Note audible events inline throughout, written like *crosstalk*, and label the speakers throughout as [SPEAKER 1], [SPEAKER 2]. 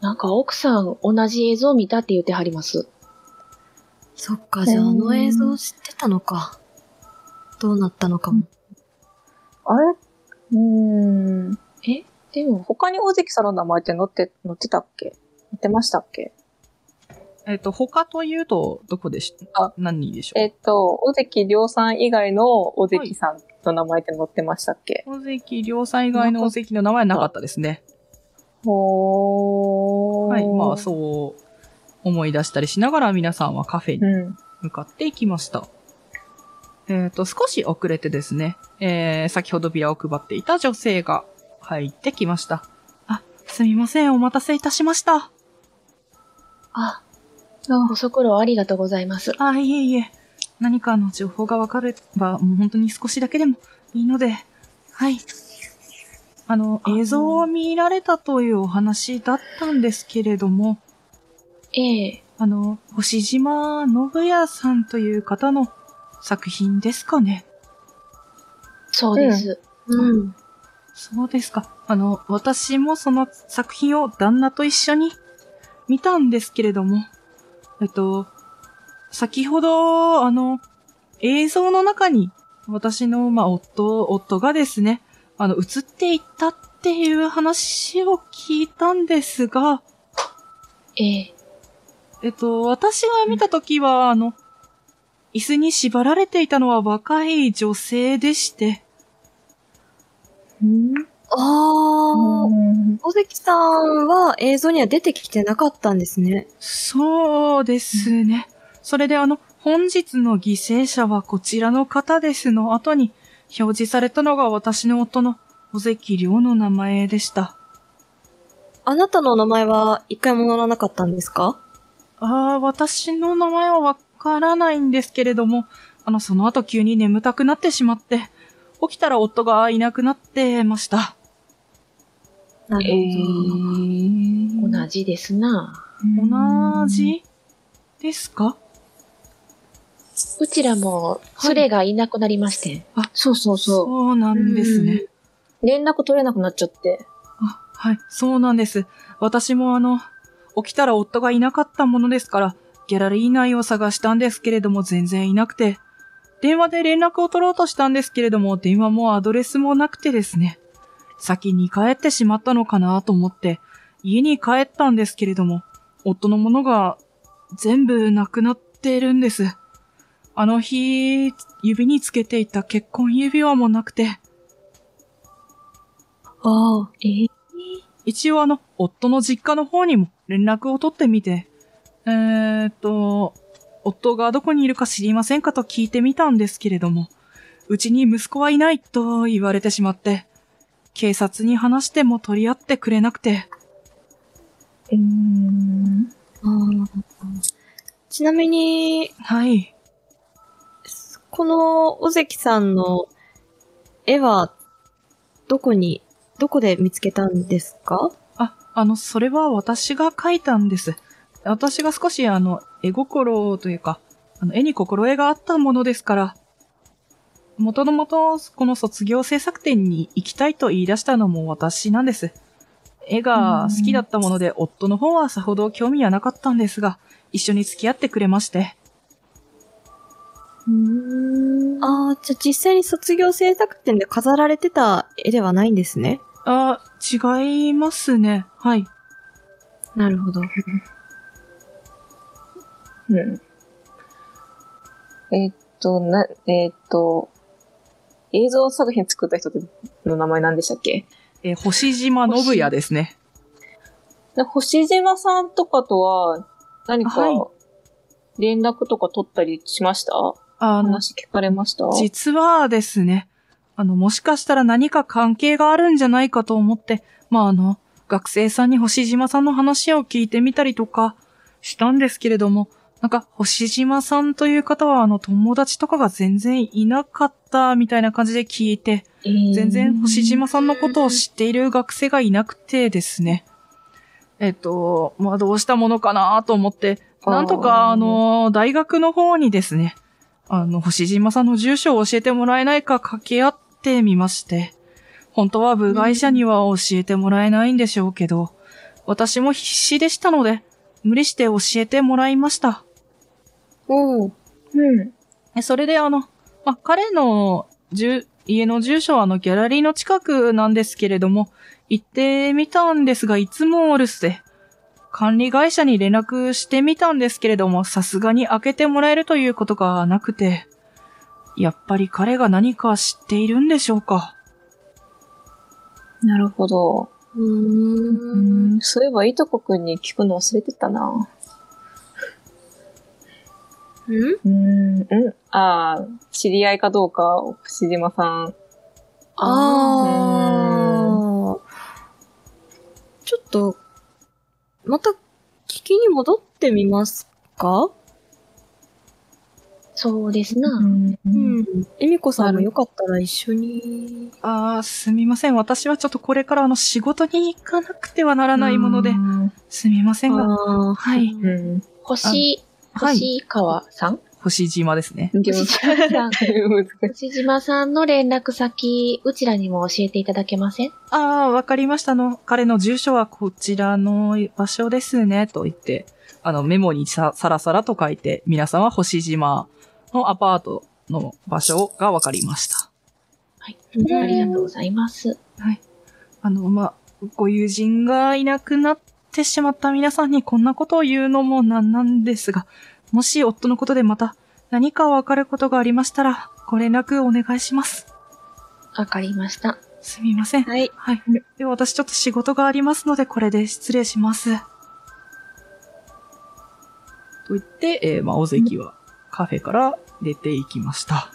[SPEAKER 1] なんか奥さん同じ映像見たって言ってはります。
[SPEAKER 2] そっか、じゃああの映像知ってたのか。どうなったのかも。
[SPEAKER 3] あれうーん。
[SPEAKER 1] でも、
[SPEAKER 3] 他に大関さんの名前って載って、載ってたっけ載ってましたっけ
[SPEAKER 4] えっ、と、他というと、どこでし
[SPEAKER 3] あ
[SPEAKER 4] 何でしょ
[SPEAKER 3] え
[SPEAKER 4] う
[SPEAKER 3] っと、大関亮さん以外の大関さんの名前って載ってましたっけ、
[SPEAKER 4] 大関、両さん以外の大関の名前はなかったですね。
[SPEAKER 3] ほー。
[SPEAKER 4] はい。まあ、そう思い出したりしながら皆さんはカフェに
[SPEAKER 3] うん。
[SPEAKER 4] 向かっていきました。えっ、と、少し遅れてですね、えー、先ほどビラを配っていた女性が入ってきました。あ、すみません、お待たせいたしました。
[SPEAKER 1] あ、遅くろありがとうございます。
[SPEAKER 4] あ、いえいえ、何かの情報がわかれば、もう本当に少しだけでもいいので、はい。あの、
[SPEAKER 1] あ
[SPEAKER 4] 映像を見られたというお話だったんですけれども、
[SPEAKER 1] ええ
[SPEAKER 4] あの、星島信也さんという方の作品ですかね。
[SPEAKER 1] そうです。
[SPEAKER 2] うん。
[SPEAKER 4] そうですか。あの、私もその作品を旦那と一緒に見たんですけれども、えっと、先ほど、あの、映像の中に、私の、まあ、夫、夫がですね、あの、映っていったっていう話を聞いたんですが、
[SPEAKER 1] ええ
[SPEAKER 4] えっと、私が見たときは、あの、椅子に縛られていたのは若い女性でして、
[SPEAKER 2] あー。
[SPEAKER 3] うん
[SPEAKER 2] 小関さんは映像には出てきてなかったんですね。
[SPEAKER 4] そうですね。それであの、本日の犠牲者はこちらの方ですの後に表示されたのが私の夫の小関亮の名前でした。
[SPEAKER 2] あなたのお名前は一回も載らなかったんですか
[SPEAKER 4] ああ、私の名前はわからないんですけれども、あの、その後急に眠たくなってしまって、起きたら夫がいなくなってました。
[SPEAKER 2] なる
[SPEAKER 3] えー、
[SPEAKER 1] 同じですな。
[SPEAKER 4] 同じですか
[SPEAKER 1] うちらも、連れがいなくなりましてん。
[SPEAKER 3] そうそうそう。
[SPEAKER 4] そうなんですね。
[SPEAKER 3] 連絡取れなくなっちゃって。
[SPEAKER 4] あ、はい、そうなんです。私もあの、起きたら夫がいなかったものですから、ギャラリー内を探したんですけれども全然いなくて、電話で連絡を取ろうとしたんですけれども、電話もアドレスもなくてですね、先に帰ってしまったのかなと思って、家に帰ったんですけれども、夫のものが全部なくなってるんです。あの日、指につけていた結婚指輪もなくて、
[SPEAKER 2] ああ、えー、
[SPEAKER 4] 一応あの、夫の実家の方にも連絡を取ってみて、えーっと、夫がどこにいるか知りませんかと聞いてみたんですけれども、うちに息子はいないと言われてしまって、警察に話しても取り合ってくれなくて、
[SPEAKER 3] うん。
[SPEAKER 2] あーちなみに、
[SPEAKER 4] はい。
[SPEAKER 2] この小関さんの絵は、どこに、どこで見つけたんですか
[SPEAKER 4] あ、あの、それは私が書いたんです。私が少しあの、絵心というか、あの、絵に心得があったものですから、もともとこの卒業制作展に行きたいと言い出したのも私なんです。絵が好きだったもので、夫の方はさほど興味はなかったんですが、一緒に付き合ってくれまして。
[SPEAKER 3] うん。あ、
[SPEAKER 2] ああ、じゃあ実際に卒業制作展で飾られてた絵ではないんですね。
[SPEAKER 4] あ、違いますね。はい。
[SPEAKER 2] なるほど。
[SPEAKER 3] うん。えっと、な、えっと、映像作品作った人っての名前何でしたっけ
[SPEAKER 4] えー星島信也ですね。
[SPEAKER 3] で星島さんとかとは何か
[SPEAKER 4] はい
[SPEAKER 3] 連絡とか取ったりしました、
[SPEAKER 4] あの、
[SPEAKER 3] 話聞かれました
[SPEAKER 4] 実はですね、あの、もしかしたら何か関係があるんじゃないかと思って、まあ、あの、学生さんに星島さんの話を聞いてみたりとかしたんですけれども、なんか、星島さんという方は、あの、友達とかが全然いなかったみたいな感じで聞いて、全然星島さんのことを知っている学生がいなくてですね。えっと、まあ、どうしたものかなと思って、なんとか、
[SPEAKER 3] あー
[SPEAKER 4] あの、大学の方にですね、あの、星島さんの住所を教えてもらえないか掛け合ってみまして、本当は部外者には教えてもらえないんでしょうけど、私も必死でしたので、無理して教えてもらいました。
[SPEAKER 3] おー
[SPEAKER 1] うん。
[SPEAKER 4] えそれであの、まあ、彼の住家の住所はあのギャラリーの近くなんですけれども、行ってみたんですが、いつもお留守で、管理会社に連絡してみたんですけれども、さすがに開けてもらえるということがなくて、やっぱり彼が何か知っているんでしょうか。
[SPEAKER 3] なるほど。
[SPEAKER 2] うーん。
[SPEAKER 3] うんそういえば、いとこくんに聞くの忘れてたな。
[SPEAKER 2] うん
[SPEAKER 3] うん、うん。ああ、知り合いかどうか、伏島さん。
[SPEAKER 2] ああ。ちょっと、また聞きに戻ってみますか
[SPEAKER 1] そうですな。
[SPEAKER 2] うん。えみこさんもよかったら一緒に。
[SPEAKER 4] ああ、すみません。私はちょっとこれからあの仕事に行かなくてはならないもので
[SPEAKER 3] う、ん。
[SPEAKER 4] すみませんが。
[SPEAKER 2] ああ、
[SPEAKER 4] はい。
[SPEAKER 3] うん。
[SPEAKER 1] 星、
[SPEAKER 4] はい。
[SPEAKER 1] 星川さん
[SPEAKER 4] 星島ですね。
[SPEAKER 3] *laughs* でも
[SPEAKER 1] 星島さん。
[SPEAKER 3] 難しい。
[SPEAKER 1] 星島さんの連絡先、うちらにも教えていただけません
[SPEAKER 4] ああ、わかりました。あの、彼の住所はこちらの場所ですね、と言って、あの、メモにさ、さらさらと書いて、皆さんは星島のアパートの場所がわかりました。
[SPEAKER 2] うん
[SPEAKER 1] ありがとうございます。
[SPEAKER 4] あの、まあ、ご友人がいなくなってしまった皆さんにこんなことを言うのもなんなんですが、もし夫のことでまた何かわかることがありましたら、ご連絡お願いします。
[SPEAKER 1] わかりました。
[SPEAKER 4] すみません。
[SPEAKER 2] はい。
[SPEAKER 4] はい。では私ちょっと仕事がありますので、これで失礼します。と言って、えーまあ、尾関はカフェから出て行きました。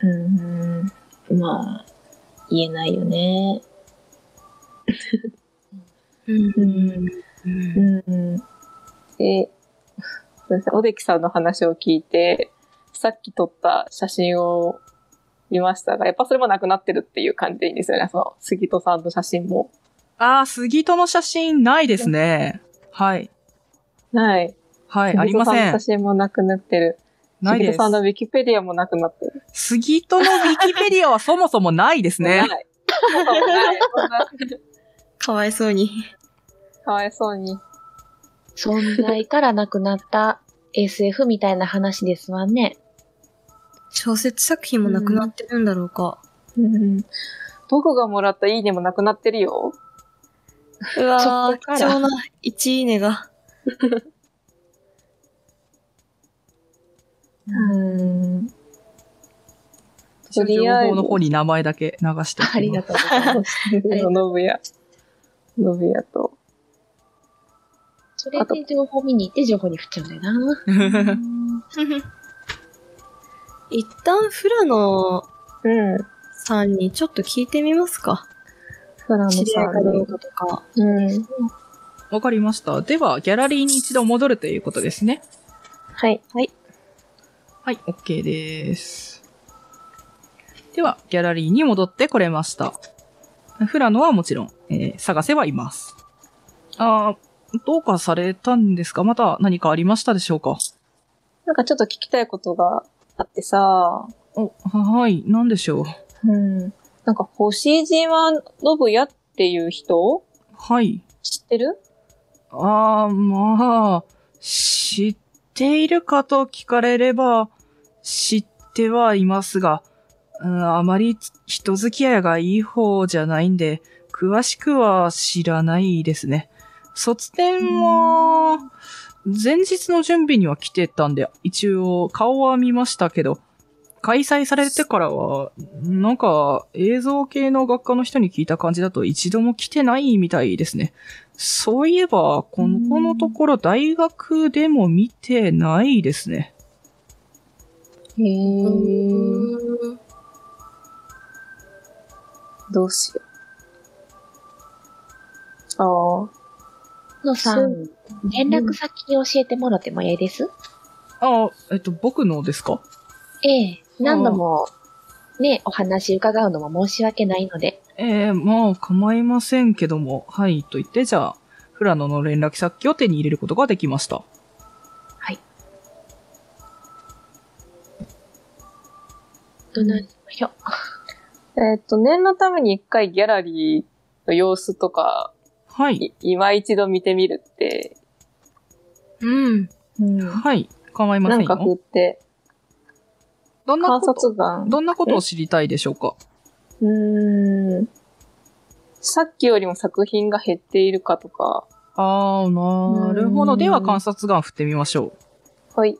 [SPEAKER 3] うん。まあ、言えないよね。
[SPEAKER 2] うん。
[SPEAKER 3] うん。うん。で、そうですねおできさんの話を聞いて、さっき撮った写真を見ましたが、やっぱそれもなくなってるっていう感じでいいんですよね。その、杉戸さんの写真も。
[SPEAKER 4] ああ、杉戸の写真ないですね。はい。
[SPEAKER 3] はい。
[SPEAKER 4] はい、あ
[SPEAKER 3] 杉
[SPEAKER 4] り
[SPEAKER 3] 戸
[SPEAKER 4] ま
[SPEAKER 3] さん
[SPEAKER 4] せ
[SPEAKER 3] の
[SPEAKER 4] ん
[SPEAKER 3] 写。真もなくなってる。
[SPEAKER 4] ない
[SPEAKER 3] 杉
[SPEAKER 4] で
[SPEAKER 3] 戸さんのウ
[SPEAKER 4] す。
[SPEAKER 3] ィキペディアもなくなってる。
[SPEAKER 4] 杉戸のウィキペディアはそもそもないで
[SPEAKER 3] *laughs*
[SPEAKER 4] すね。
[SPEAKER 3] ない。杉戸さんもない *laughs* そんな
[SPEAKER 2] かわいそうに。
[SPEAKER 3] かわいそうに。
[SPEAKER 1] 存在からなくなった SF みたいな話ですわね。
[SPEAKER 2] 小説作品もなくなってるんだろうか。
[SPEAKER 3] うん。僕がもらったいいねもなくなってるよ。
[SPEAKER 2] うわ
[SPEAKER 3] そ
[SPEAKER 2] ー
[SPEAKER 3] っから
[SPEAKER 2] 貴重な1いいねが。 *laughs*
[SPEAKER 3] うん。とりあえず
[SPEAKER 4] 情報の方に名前だけ流しておきます
[SPEAKER 1] ありがとうござい
[SPEAKER 2] *laughs*
[SPEAKER 1] ます。
[SPEAKER 3] ノブヤ。ノブヤと。
[SPEAKER 1] それで情報見に行って情報に振っちゃうんだよな。
[SPEAKER 2] 一旦フラノ
[SPEAKER 3] うん。
[SPEAKER 2] さんにちょっと聞いてみますか。
[SPEAKER 3] フラノさ
[SPEAKER 2] 知り合いか
[SPEAKER 3] ん
[SPEAKER 2] ど
[SPEAKER 3] に
[SPEAKER 2] う。かとか。
[SPEAKER 3] うん。
[SPEAKER 4] *laughs* わかりました。では、ギャラリーに一度戻るということですね。
[SPEAKER 3] はい。
[SPEAKER 4] はい、OK です。では、ギャラリーに戻ってこれました。フラノはもちろん、えー探せはいます。あーどうかされたんですかまた何かありましたでしょうか
[SPEAKER 3] なんかちょっと聞きたいことがあってさ、
[SPEAKER 4] お、はい、なんでしょう。
[SPEAKER 3] うん。なんか星島ノブヤっていう人
[SPEAKER 4] はい。
[SPEAKER 3] 知ってる
[SPEAKER 4] あー、まあ、知っているかと聞かれれば、知ってはいますが、うん、あまり人付き合いがいい方じゃないんで、詳しくは知らないですね。卒展は、前日の準備には来てたんで、一応顔は見ましたけど、開催されてからは、なんか映像系の学科の人に聞いた感じだと一度も来てないみたいですね。そういえば、このこのところ大学でも見てないですね。
[SPEAKER 3] へ
[SPEAKER 2] う
[SPEAKER 3] ー。
[SPEAKER 2] ーん
[SPEAKER 3] どうしよう。ああ。
[SPEAKER 1] のさん、連絡先教えてもろてもええです
[SPEAKER 4] あ、えっと、僕のですか
[SPEAKER 1] ええ、何度も、ね、お話伺うのも申し訳ないので。
[SPEAKER 4] ええまあ、構いませんけども、はい、と言って、じゃあ、フラノの連絡先を手に入れることができました。
[SPEAKER 1] どないしましょう。
[SPEAKER 3] えっと、念のために一回ギャラリーの様子とか
[SPEAKER 4] はい。
[SPEAKER 3] い今一度見てみるって、
[SPEAKER 4] うん。
[SPEAKER 1] うん
[SPEAKER 4] はい。構いま
[SPEAKER 3] な
[SPEAKER 4] せん
[SPEAKER 3] んか振
[SPEAKER 4] よ。
[SPEAKER 3] って、
[SPEAKER 4] どんな
[SPEAKER 3] 観
[SPEAKER 4] こと、
[SPEAKER 3] 察眼。
[SPEAKER 4] どんなことを知りたいでしょうか
[SPEAKER 3] うーん。さっきよりも作品が減っているかとか、
[SPEAKER 4] ああ、なるほ
[SPEAKER 3] う
[SPEAKER 4] ど。
[SPEAKER 3] ん
[SPEAKER 4] では観察眼振ってみましょう。
[SPEAKER 3] はい。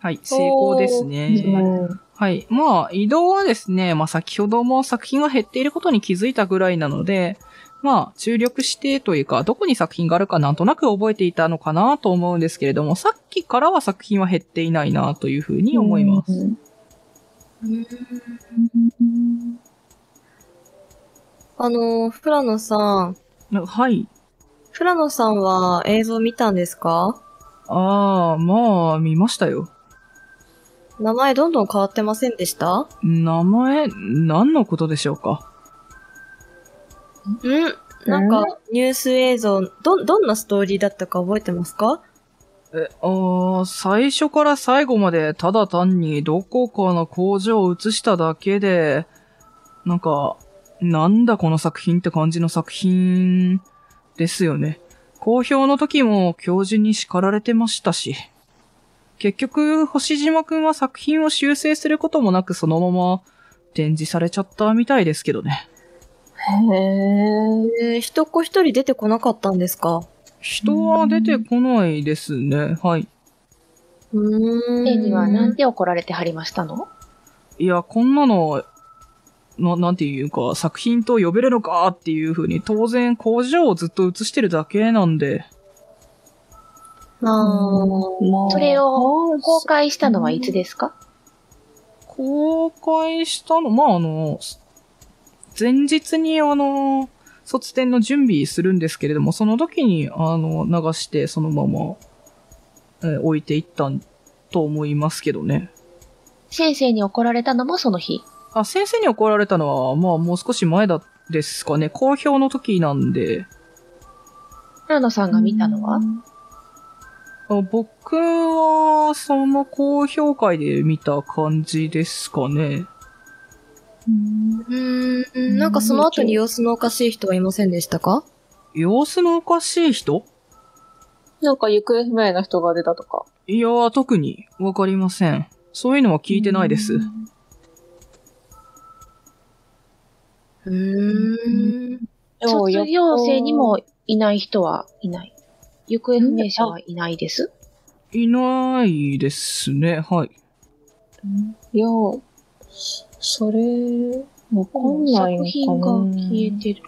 [SPEAKER 4] はい、成功です
[SPEAKER 3] う
[SPEAKER 4] ね。
[SPEAKER 3] ん
[SPEAKER 4] はい。まあ、移動はですね、まあ先ほども作品が減っていることに気づいたぐらいなので、まあ、注力してというか、どこに作品があるかなんとなく覚えていたのかなと思うんですけれども、さっきからは作品は減っていないなというふうに思います。
[SPEAKER 3] うん
[SPEAKER 2] あの、フラノさん。
[SPEAKER 4] はい。
[SPEAKER 2] フラノさんは映像見たんですか
[SPEAKER 4] ああ、まあ、見ましたよ。
[SPEAKER 2] 名前どんどん変わってませんでした
[SPEAKER 4] 名前、何のことでしょうか
[SPEAKER 2] うん。なんか、ニュース映像、ど、どんなストーリーだったか覚えてますか
[SPEAKER 4] え、あー最初から最後までただ単にどこかの工場を映しただけで、なんか、なんだこの作品って感じの作品ですよね。公表の時も教授に叱られてましたし。結局、星島くんは作品を修正することもなくそのまま展示されちゃったみたいですけどね。
[SPEAKER 3] へえ。
[SPEAKER 2] えー、一子一人出てこなかったんですか
[SPEAKER 4] 人は出てこないですね。はい。
[SPEAKER 2] うーん。
[SPEAKER 1] 絵にはなんて怒られてはりましたの
[SPEAKER 4] いや、こんなの、な、なんていうか、作品と呼べるのかっていう風に、当然工場をずっと映してるだけなんで、
[SPEAKER 2] あー
[SPEAKER 3] もう
[SPEAKER 1] それを公開したのはいつですか
[SPEAKER 4] 公開したの、まあ、あの、前日にあの、卒展の準備するんですけれども、その時にあの、流して、そのまま、えー置いていったんと思いますけどね。
[SPEAKER 1] 先生に怒られたのもその日。
[SPEAKER 4] あ、先生に怒られたのは、まあ、もう少し前だですかね。公表の時なんで、
[SPEAKER 1] 村野さんが見たのは、
[SPEAKER 4] あ僕は、その高評価で見た感じですかね。
[SPEAKER 2] うーん。なんかその後に様子のおかしい人はいませんでしたか
[SPEAKER 4] 様子のおかしい人
[SPEAKER 3] なんか行方不明な人が出たとか。
[SPEAKER 4] いやー、特にわかりません。そういうのは聞いてないです。
[SPEAKER 2] うーん。
[SPEAKER 1] 卒業生にもいない人はいない。行方不明者はいないです。
[SPEAKER 4] いないですね、はい。
[SPEAKER 3] いや、それ、わかんないのか
[SPEAKER 1] 作
[SPEAKER 3] な
[SPEAKER 1] 品が消えてる。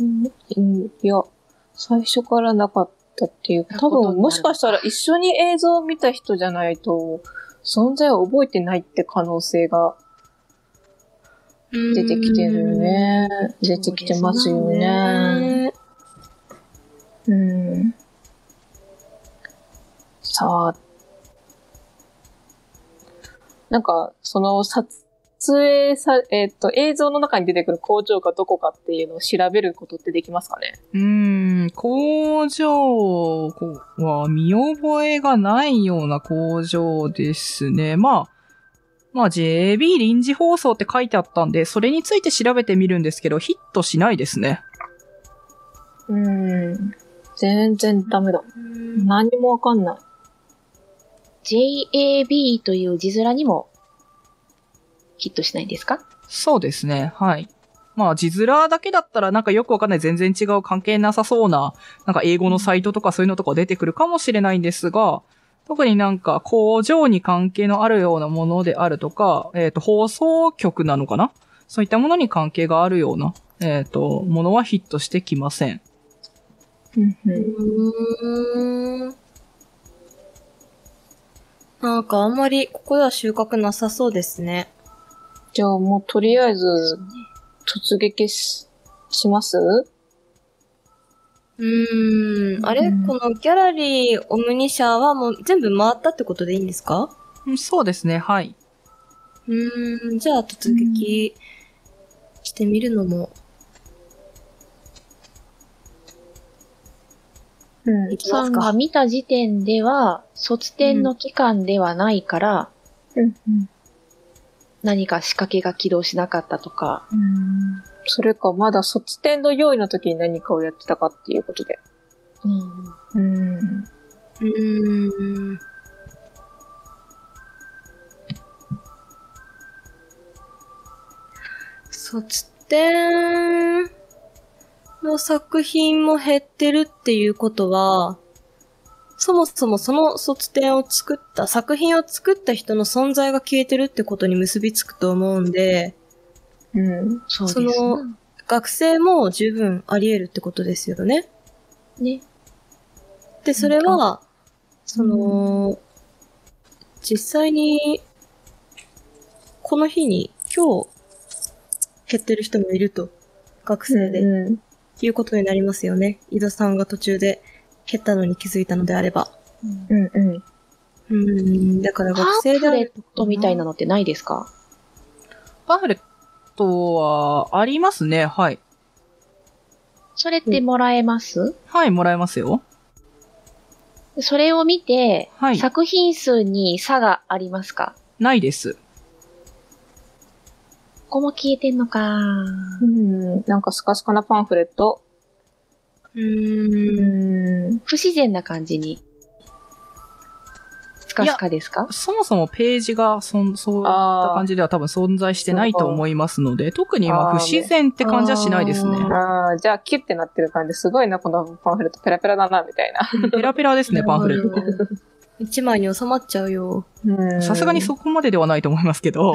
[SPEAKER 3] うんいや、最初からなかったっていうか、多分もしかしたら一緒に映像を見た人じゃないと、存在を覚えてないって可能性が出てきてるよね。出てきてますよね。
[SPEAKER 2] ね。
[SPEAKER 3] うん。さあ。なんか、その撮影さ、えっ、と、映像の中に出てくる工場がどこかっていうのを調べることってできますかね
[SPEAKER 4] うーん、工場は見覚えがないような工場ですね。まあ、まあ JB 臨時放送って書いてあったんで、それについて調べてみるんですけど、ヒットしないですね。
[SPEAKER 3] うん。全然ダメだ。何もわかんない。
[SPEAKER 1] JAB という字面にもヒットしないんですか
[SPEAKER 4] そうですね。はい。まあ、字面だけだったらなんかよくわかんない全然違う関係なさそうな、なんか英語のサイトとかそういうのとか出てくるかもしれないんですが、特になんか工場に関係のあるようなものであるとか、えっ、と、放送局なのかなそういったものに関係があるような、えっ、と、ものはヒットしてきません。
[SPEAKER 2] うーん。なんかあんまりここでは収穫なさそうですね。
[SPEAKER 3] じゃあもうとりあえず、突撃し、します
[SPEAKER 2] うーん。あれ、
[SPEAKER 3] うん
[SPEAKER 2] このギャラリーオムニ社はもう全部回ったってことでいいんですか
[SPEAKER 4] うんそうですね。はい。
[SPEAKER 2] うーん。じゃあ突撃してみるのも
[SPEAKER 3] うん
[SPEAKER 2] いきま
[SPEAKER 1] さ
[SPEAKER 2] す
[SPEAKER 1] んが
[SPEAKER 2] か。
[SPEAKER 1] 見た時点では、卒展の期間ではないから、
[SPEAKER 3] うん。
[SPEAKER 1] 何か仕掛けが起動しなかったとか、
[SPEAKER 3] うん。それか、まだ卒展の用意の時に何かをやってたかっていうことで。
[SPEAKER 1] うん。
[SPEAKER 3] うん。
[SPEAKER 2] うーん。卒展の作品も減ってるっていうことは、そもそもその卒展を作った、作品を作った人の存在が消えてるってことに結びつくと思うんで、
[SPEAKER 3] うん。
[SPEAKER 1] そうです
[SPEAKER 2] そ
[SPEAKER 1] な
[SPEAKER 2] の学生も十分あり得るってことですよね。
[SPEAKER 1] ね。
[SPEAKER 2] で、それは、その、実際に、この日に、今日、減ってる人もいると、学生で、
[SPEAKER 3] うん。
[SPEAKER 2] いうことになりますよね。井戸さんが途中で減ったのに気づいたのであれば。
[SPEAKER 1] うん
[SPEAKER 3] うん。うん。
[SPEAKER 2] うん、だから学生で
[SPEAKER 1] パン
[SPEAKER 2] ある
[SPEAKER 1] フレットみたいなのってないですか
[SPEAKER 4] パンフレットは、ありますね。はい。
[SPEAKER 1] それってもらえます、
[SPEAKER 4] はい、もらえますよ。
[SPEAKER 1] それを見て、
[SPEAKER 4] はい
[SPEAKER 1] 作品数に差がありますか
[SPEAKER 4] ないです。
[SPEAKER 1] ここも消えてんのか。
[SPEAKER 3] うん。なんかスカスカなパンフレット。
[SPEAKER 2] うん、
[SPEAKER 3] ん。
[SPEAKER 1] 不自然な感じに。スカスカですか
[SPEAKER 4] そもそもページがそん、そういった感じでは多分存在してないと思いますので、特に今
[SPEAKER 3] あー
[SPEAKER 4] 不自然って感じはしないですね。
[SPEAKER 3] ああ、じゃあキュッてなってる感じ。すごいな、このパンフレットペラペラだな、みたいな。
[SPEAKER 4] ペラペラですね、パンフレッ
[SPEAKER 2] なるほど。一枚に収まっちゃうよ。
[SPEAKER 3] う
[SPEAKER 4] ト。さすがにそこまでではないと思いますけ *laughs* ど、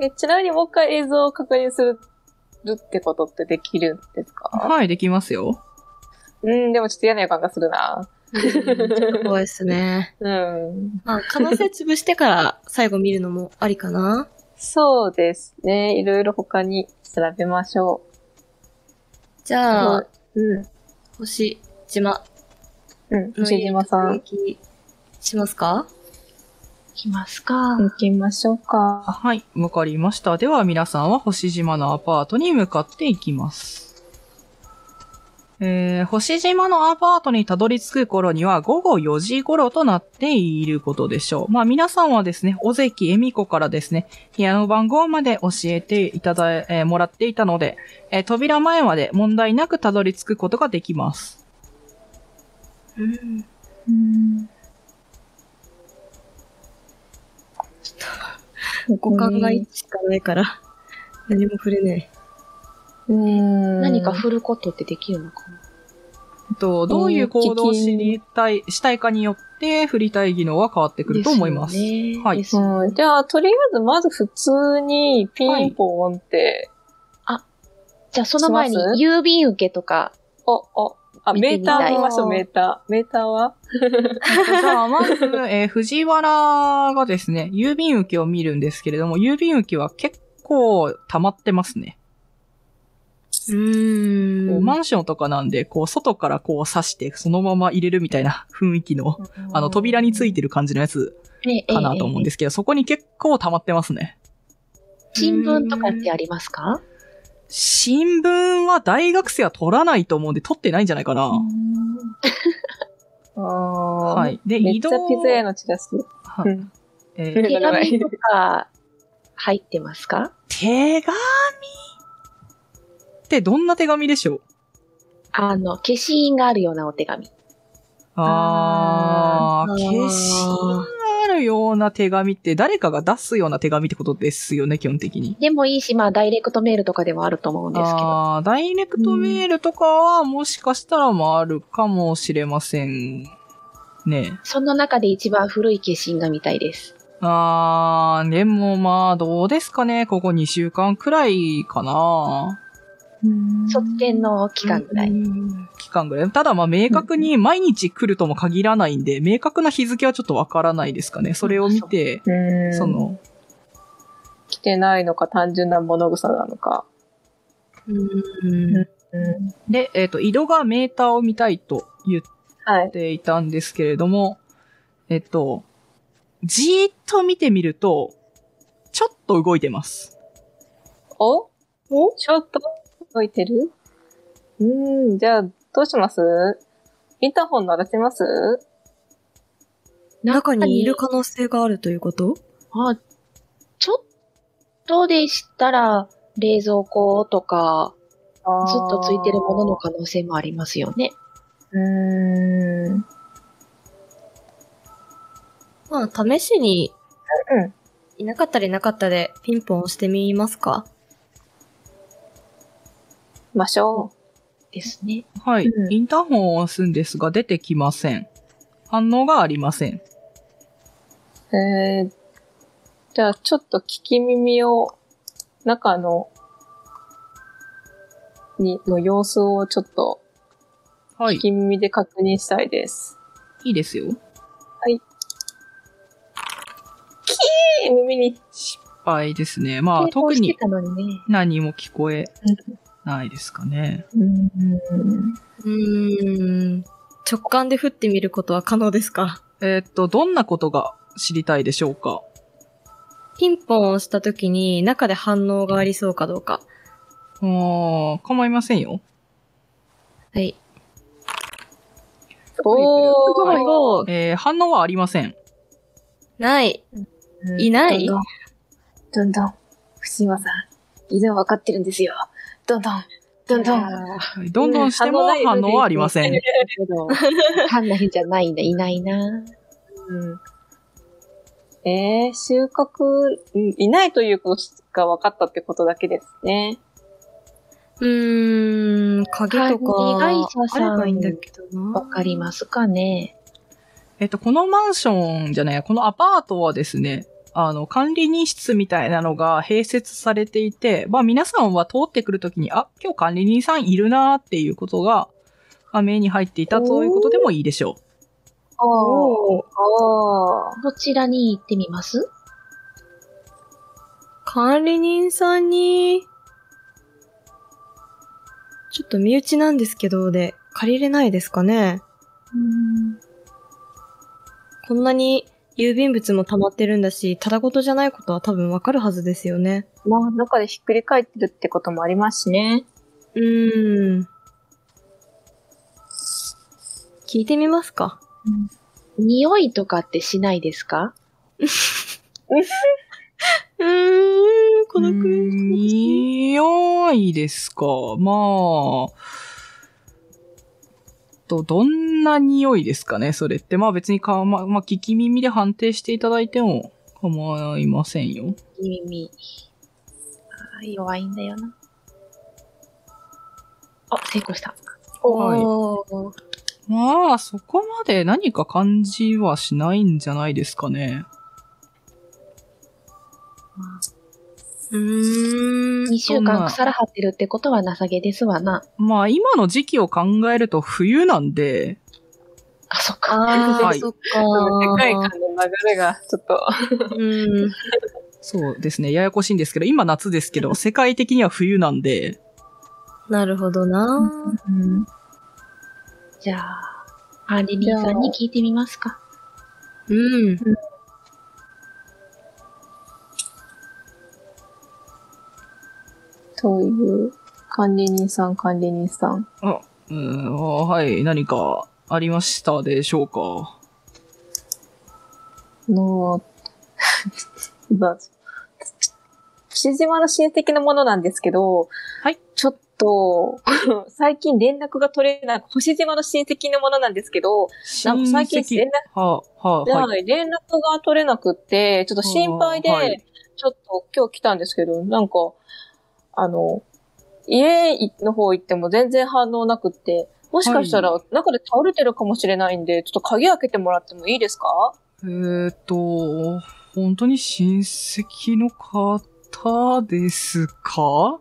[SPEAKER 3] え、ちなみにもう一回映像を確認するってことってできるんですか
[SPEAKER 4] はい、できますよ。
[SPEAKER 3] うん、でもちょっと嫌な予感がするな。
[SPEAKER 2] うんちょっと怖いですね。
[SPEAKER 3] うん。
[SPEAKER 2] まあ、可能性潰してから最後見るのもありかな。
[SPEAKER 3] そうですね。いろいろ他に調べましょ
[SPEAKER 2] じゃあ、
[SPEAKER 3] う。うん。
[SPEAKER 2] 星島
[SPEAKER 3] うん。
[SPEAKER 2] の
[SPEAKER 3] 星島さん、
[SPEAKER 2] きしますか
[SPEAKER 1] きますか。
[SPEAKER 3] 行きましょうか。
[SPEAKER 4] はい、わかりました。では皆さんは星島のアパートに向かっていきます。えー、星島のアパートにたどり着く頃には午後4時頃となっていることでしょう。まあ皆さんはですね、小関恵美子からですね、部屋の番号まで教えていただ、えーもらっていたので、えー扉前まで問題なくたどり着くことができます。
[SPEAKER 2] うん。
[SPEAKER 3] うん。
[SPEAKER 2] 五感が一しかないから、何も触れない。
[SPEAKER 3] うん。
[SPEAKER 1] 何か振ることってできるのかな
[SPEAKER 4] えっと、どういう行動を知りたい、したいかによって、振りたい技能は変わってくると思います。
[SPEAKER 1] ですよね
[SPEAKER 4] はい
[SPEAKER 1] ですよね
[SPEAKER 3] うん、じゃあ、とりあえず、まず普通にピンポンって、
[SPEAKER 1] じゃあその前に
[SPEAKER 3] します
[SPEAKER 1] 郵便受けとか、
[SPEAKER 3] お、お、あ、
[SPEAKER 1] 見
[SPEAKER 3] メ
[SPEAKER 1] てみ
[SPEAKER 3] ータ
[SPEAKER 1] たい。
[SPEAKER 3] ー見ましょう、メーター。メーターは
[SPEAKER 4] じゃあ、まず、えー藤原がですね、郵便受けを見るんですけれども、郵便受けは結構溜まってますね。
[SPEAKER 2] うー。
[SPEAKER 4] こうんマンションとかなんで、こう、外からこう刺して、そのまま入れるみたいな *laughs* 雰囲気の、あの、扉についてる感じのやつかなと思うんですすけど、そこに結構溜まってますね。
[SPEAKER 1] 新聞とかってありますか
[SPEAKER 4] 新聞は大学生は取らないと思うんで、取ってないんじゃないかな。
[SPEAKER 3] *laughs* あー
[SPEAKER 4] はい。で、
[SPEAKER 3] め
[SPEAKER 4] 移
[SPEAKER 3] っちゃ
[SPEAKER 4] 動。
[SPEAKER 3] ピザ屋のチラシ。
[SPEAKER 4] は
[SPEAKER 3] う
[SPEAKER 4] い
[SPEAKER 3] ん
[SPEAKER 4] えー
[SPEAKER 3] うん
[SPEAKER 1] 手紙とか入ってますか
[SPEAKER 4] 手紙ってどんな手紙でしょう
[SPEAKER 1] あの、消し印があるようなお手紙。
[SPEAKER 4] あ
[SPEAKER 2] あ
[SPEAKER 4] ー、
[SPEAKER 2] ー
[SPEAKER 4] 消しがあるような手紙って、誰かが出すような手紙ってことですよね、基本的に。
[SPEAKER 1] でもいいし、まあ、ダイレクトメールとかでもあると思うんですけど。
[SPEAKER 4] あー、ダイレクトメールとかは、もしかしたらもあるかもしれません。ね
[SPEAKER 1] その中で一番古い消し印が見たいです。
[SPEAKER 4] あー、でもまあ、どうですかね。ここ2週間くらいかな。
[SPEAKER 1] 卒検の期間ぐらい。
[SPEAKER 2] うん
[SPEAKER 4] 期間ぐらい。ただまあ、明確に毎日来るとも限らないんで、明確な日付はちょっとわからないですかね。それを見て、
[SPEAKER 3] うん
[SPEAKER 4] その、
[SPEAKER 3] 来てないのか単純な物草なのか。
[SPEAKER 2] うん。
[SPEAKER 4] で、えっ、と、井戸がメーターを見たいと言っ
[SPEAKER 3] はい。
[SPEAKER 4] ていたんですけれども、えっと、じーっと見てみると、ちょっと動いてます。
[SPEAKER 3] おおちょっと動いてるうーん、じゃあ、どうしますインターホン鳴らします
[SPEAKER 2] 中にいる可能性があるということ
[SPEAKER 1] あ、ちょっことでしたら、冷蔵庫とか、ずっとついてるものの可能性もありますよね。
[SPEAKER 3] うーん。
[SPEAKER 2] まあ、試しに
[SPEAKER 3] うん、
[SPEAKER 2] いなかったりなかったでピンポン押してみますか。
[SPEAKER 3] ましょ
[SPEAKER 1] ですね。
[SPEAKER 4] はい、
[SPEAKER 3] うん
[SPEAKER 4] インターホンを押すんですが、出てきません。反応がありません。
[SPEAKER 3] う。えー、じゃあちょっと聞き耳を、中の、に、の様子をちょっと、
[SPEAKER 4] は
[SPEAKER 3] 聞
[SPEAKER 4] い。
[SPEAKER 3] き耳で確認したいです。
[SPEAKER 4] いいですよ。
[SPEAKER 3] えー耳に、
[SPEAKER 4] 失敗ですね。ま
[SPEAKER 1] 抵
[SPEAKER 4] あ、
[SPEAKER 1] 抗
[SPEAKER 4] 特
[SPEAKER 1] して
[SPEAKER 4] に
[SPEAKER 1] たのにね。
[SPEAKER 4] 何も聞こえないですかね。
[SPEAKER 3] うん。
[SPEAKER 2] うーん。直感で降ってみることは可能ですか
[SPEAKER 4] えーっと、どんなことが知りたいでしょうか
[SPEAKER 2] ピンポンを押した時に中で反応がありそうかどうか。
[SPEAKER 4] あー構いませんよ。
[SPEAKER 2] はい。
[SPEAKER 3] おー、
[SPEAKER 2] おー
[SPEAKER 4] えー反応はありません。
[SPEAKER 2] ない。
[SPEAKER 3] うん
[SPEAKER 2] いない
[SPEAKER 3] どんどん、どんどん、不審はさん、以前わかってるんですよ。どんどん、どんどん。
[SPEAKER 4] はいどんどんしても
[SPEAKER 3] うん
[SPEAKER 4] 反応はありません。
[SPEAKER 1] けど、かなりじゃないな、いないな。
[SPEAKER 3] うん、えー、収穫、うんいないということが分かったってことだけですね。
[SPEAKER 2] うーん、鍵
[SPEAKER 1] 管理
[SPEAKER 2] とか
[SPEAKER 1] 会社
[SPEAKER 2] あ
[SPEAKER 1] さん
[SPEAKER 2] ればいいんだけどな。
[SPEAKER 1] わかりますかね。
[SPEAKER 4] えっと、このマンションじゃないや、このアパートはですね、あの、管理人室みたいなのが併設されていて、まあ皆さんは通ってくるときに、あ、今日管理人さんいるなーっていうことが、まあ目に入っていたということでもいいでしょ
[SPEAKER 3] お
[SPEAKER 2] お
[SPEAKER 3] ー。
[SPEAKER 2] ー
[SPEAKER 3] おー
[SPEAKER 1] どちらに行ってみます
[SPEAKER 2] 管理人さんに、ちょっと身内なんですけど、で、借りれないですかねこんなに郵便物も溜まってるんだし、ただ事じゃないことは多分わかるはずですよね。
[SPEAKER 3] まあ、中でひっくり返ってるってこともありますしね。
[SPEAKER 2] うーん。聞いてみますか。
[SPEAKER 1] 匂いとかってしないですか
[SPEAKER 2] うーん、
[SPEAKER 4] う。
[SPEAKER 2] この空
[SPEAKER 4] うーん匂いですか。まあ、と、どんな匂いですかね、それって。まあ別にか、まあ、まあ聞き耳で判定していただいても構いませんよ。
[SPEAKER 1] 耳。あー弱いんだよな。あ、成功した。
[SPEAKER 4] はい
[SPEAKER 2] おー
[SPEAKER 4] まあ、そこまで何か感じはしないんじゃないですかね。
[SPEAKER 2] うーん。
[SPEAKER 1] 2週間腐らはってるってことは情けですわな。
[SPEAKER 4] まあ、今の時期を考えると冬なんで、
[SPEAKER 1] あ、そっか。
[SPEAKER 2] あー、
[SPEAKER 4] はい
[SPEAKER 2] そっ
[SPEAKER 3] 世界
[SPEAKER 2] か。
[SPEAKER 3] 観の流れが、ちょっと、
[SPEAKER 2] うん。
[SPEAKER 4] そうですね、ややこしいんですけど、今夏ですけど、世界的には冬なんで、
[SPEAKER 2] なるほどな。
[SPEAKER 1] じゃあ、管理人さんに聞いてみますか。
[SPEAKER 2] うん。
[SPEAKER 3] という、管理人さん、管理人さん。
[SPEAKER 4] うーん、あはい、何かありましたでしょうか。
[SPEAKER 3] の、まあ父島の親戚のものなんですけど、
[SPEAKER 4] はい。
[SPEAKER 3] ちょっと、最近連絡が取れない、星島の親戚のものなんですけど、な
[SPEAKER 4] 親
[SPEAKER 3] んか最近
[SPEAKER 4] 戚
[SPEAKER 3] 連絡、
[SPEAKER 4] はあ、はあ、はい。
[SPEAKER 3] はい連絡が取れなくって、ちょっと心配で、
[SPEAKER 4] あーはい
[SPEAKER 3] ちょっと今日来たんですけど、なんか、あの、家の方行っても全然反応なくって、もしかしたら中で倒れてるかもしれないんで、ちょっと鍵開けてもらってもいいですか
[SPEAKER 4] えーっと、本当に親戚の方ですか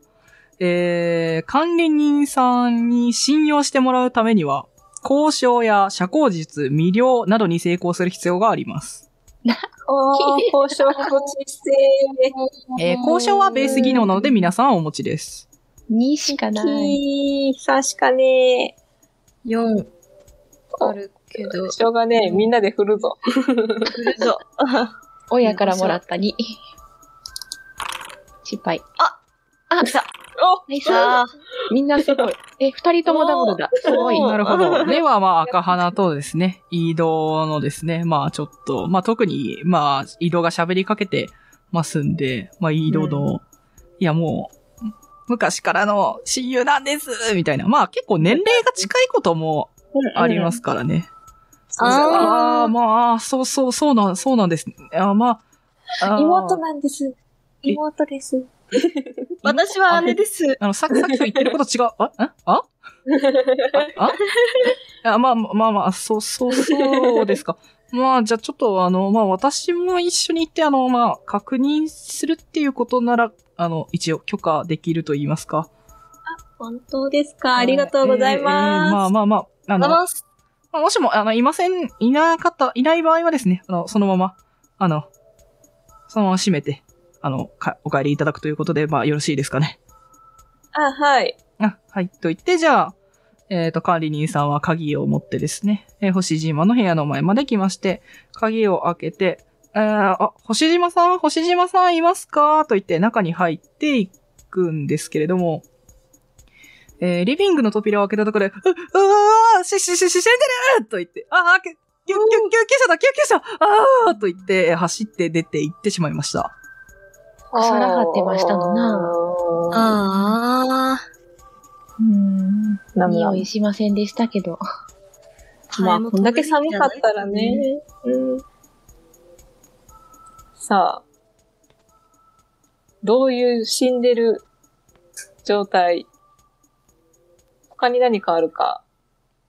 [SPEAKER 4] えー、管理人さんに信用してもらうためには、交渉や社交術、未了などに成功する必要があります。
[SPEAKER 3] あー交渉の知性。
[SPEAKER 4] えー交渉はベース技能なので皆さんお持ちです。
[SPEAKER 1] 2しかない。
[SPEAKER 3] きー、確かね。
[SPEAKER 2] 4あるけど。
[SPEAKER 3] しょうがねえ、みんなで振るぞ。
[SPEAKER 2] 来るぞ。
[SPEAKER 1] 親からもらった2。失敗。
[SPEAKER 2] あ
[SPEAKER 1] あ、
[SPEAKER 2] 来た
[SPEAKER 3] お。
[SPEAKER 1] ナイス
[SPEAKER 2] さあ、
[SPEAKER 1] みんなすごい。え、二人ともダブルだ。すごい。
[SPEAKER 2] おー
[SPEAKER 4] なるほど。では、まあ、赤鼻とですね、移動のですね、まあ、ちょっと、まあ、特に、まあ、移動が喋りかけて、ますんで、まあ、いいロード、いや、もう、昔からの親友なんですみたいな。まあ、結構年齢が近いこともありますすからね。
[SPEAKER 2] あ
[SPEAKER 4] ああ、まあ、そうそう、そうなん、そうなんです。あーまあ、あー
[SPEAKER 3] 妹なんです。
[SPEAKER 4] え
[SPEAKER 3] 妹です。
[SPEAKER 2] 私は姉です。
[SPEAKER 4] あの、さっきさっきと言ってること違う。あんあああまあまあまあ、そう、そう、そうですか。 *laughs* まあ、じゃあちょっと、あの、まあ私も一緒に行って、あの、まあ、確認するっていうことなら、あの、一応許可できると言いますか。
[SPEAKER 2] 本当ですか
[SPEAKER 4] あ
[SPEAKER 2] ありがとうございます。
[SPEAKER 4] まあまあまあ、あの、ま
[SPEAKER 2] す。
[SPEAKER 4] あもしも、あの、いません、いなかった、いない場合はですね、あの、そのまま、あの、そのまま閉めて、あの、かお帰りいただくということで、まあ、よろしいですかね。
[SPEAKER 3] あ、はい。
[SPEAKER 4] あ、はい、と言って、じゃあ、えっ、と、管理人さんは鍵を持ってですね、えー星島の部屋の前まで来まして、鍵を開けて、えーあ、星島さん、星島さんいますかと言って中に入っていくんですけれども、えーリビングの扉を開けたところで、う、うわー、し、し、し、し、死んでると言って、あー、け、救、救、救急車だ、救急車あーと言って、走って出て行ってしまいました。
[SPEAKER 1] 皿張ってましたのな。
[SPEAKER 2] あ
[SPEAKER 3] な。うん。なん
[SPEAKER 1] 匂
[SPEAKER 3] だ
[SPEAKER 1] いしませんでしたけど。
[SPEAKER 2] あ。
[SPEAKER 3] まあ、こんだけ寒かったらね。うん。さあ、どういう死んでる状態、他に何かあるか。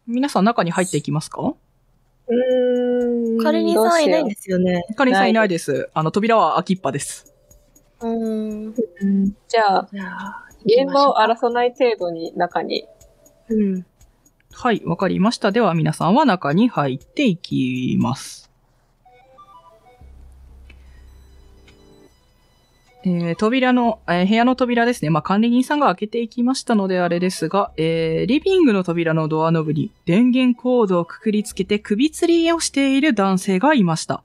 [SPEAKER 4] 皆さん中に入っていきますか
[SPEAKER 3] うーん
[SPEAKER 2] カルニさんいないんですよね。
[SPEAKER 4] かりんさんいないです。あの、扉は開きっぱです。
[SPEAKER 2] うん。
[SPEAKER 3] うんじゃあ、
[SPEAKER 1] じゃあ、
[SPEAKER 3] 現場を荒らさない程度に中に。
[SPEAKER 2] うん。
[SPEAKER 4] はい、わかりました。では皆さんは中に入っていきます。えー扉の、えー部屋の扉ですね。まあ、管理人さんが開けていきましたのであれですが、えーリビングの扉のドアノブに電源コードをくくりつけて首吊りをしている男性がいました。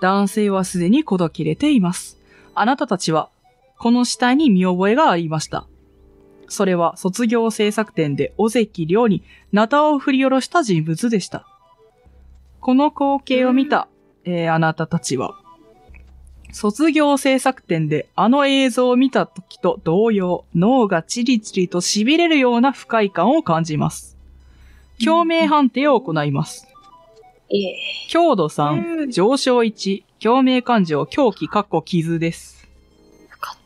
[SPEAKER 4] 男性はすでにこど切れています。あなたたちは、この死体に見覚えがありました。それは卒業制作展で尾関亮にナタを振り下ろした人物でした。この光景を見た、えーあなたたちは、卒業制作展であの映像を見た時と同様、脳がチリチリと痺れるような不快感を感じます。共鳴判定を行います。
[SPEAKER 1] いえ、
[SPEAKER 4] 強度3、上昇1、共鳴感情、狂気、かっこ傷です。
[SPEAKER 1] よかっ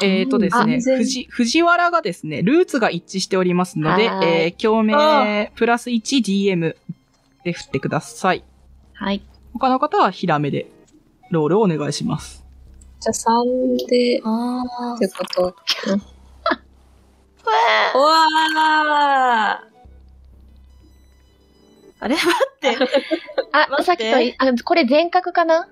[SPEAKER 1] た。
[SPEAKER 4] えーとですね、
[SPEAKER 3] 安全
[SPEAKER 4] 藤藤原がですね、ルーツが一致しておりますので、
[SPEAKER 1] はーい
[SPEAKER 4] えー共鳴プラス 1DM で振ってください。
[SPEAKER 1] はい。
[SPEAKER 4] 他の方はヒラメでロールをお願いします。
[SPEAKER 3] じゃあ3で、
[SPEAKER 2] ああ
[SPEAKER 3] って
[SPEAKER 2] *laughs*
[SPEAKER 3] こと。わあ
[SPEAKER 2] あれ待って。
[SPEAKER 1] あ、
[SPEAKER 2] 待って
[SPEAKER 1] さっきとい、あ、これ全角かな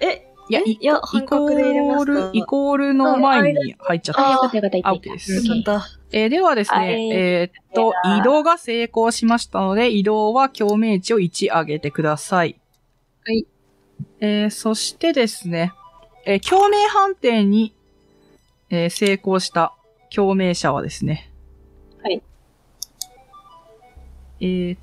[SPEAKER 2] え、
[SPEAKER 4] いや、
[SPEAKER 2] い
[SPEAKER 4] イ
[SPEAKER 2] や、半
[SPEAKER 4] コ
[SPEAKER 2] 角で入れま
[SPEAKER 4] ー
[SPEAKER 2] す
[SPEAKER 4] ル
[SPEAKER 2] か、
[SPEAKER 4] イコールの前に入っちゃっ
[SPEAKER 1] あ、
[SPEAKER 4] た
[SPEAKER 1] よ。かったよかった。
[SPEAKER 4] あ
[SPEAKER 1] 言っていた。
[SPEAKER 4] OK です
[SPEAKER 2] よかった。
[SPEAKER 4] えーではです
[SPEAKER 3] あ
[SPEAKER 4] ね、え
[SPEAKER 3] え
[SPEAKER 4] ーっと、移動が成功しましたので、移動は共鳴値を1上げてください。
[SPEAKER 3] はい。
[SPEAKER 4] えーそしてですね、えー共鳴判定に、えー成功した共鳴者はですね、
[SPEAKER 3] はい。
[SPEAKER 4] えー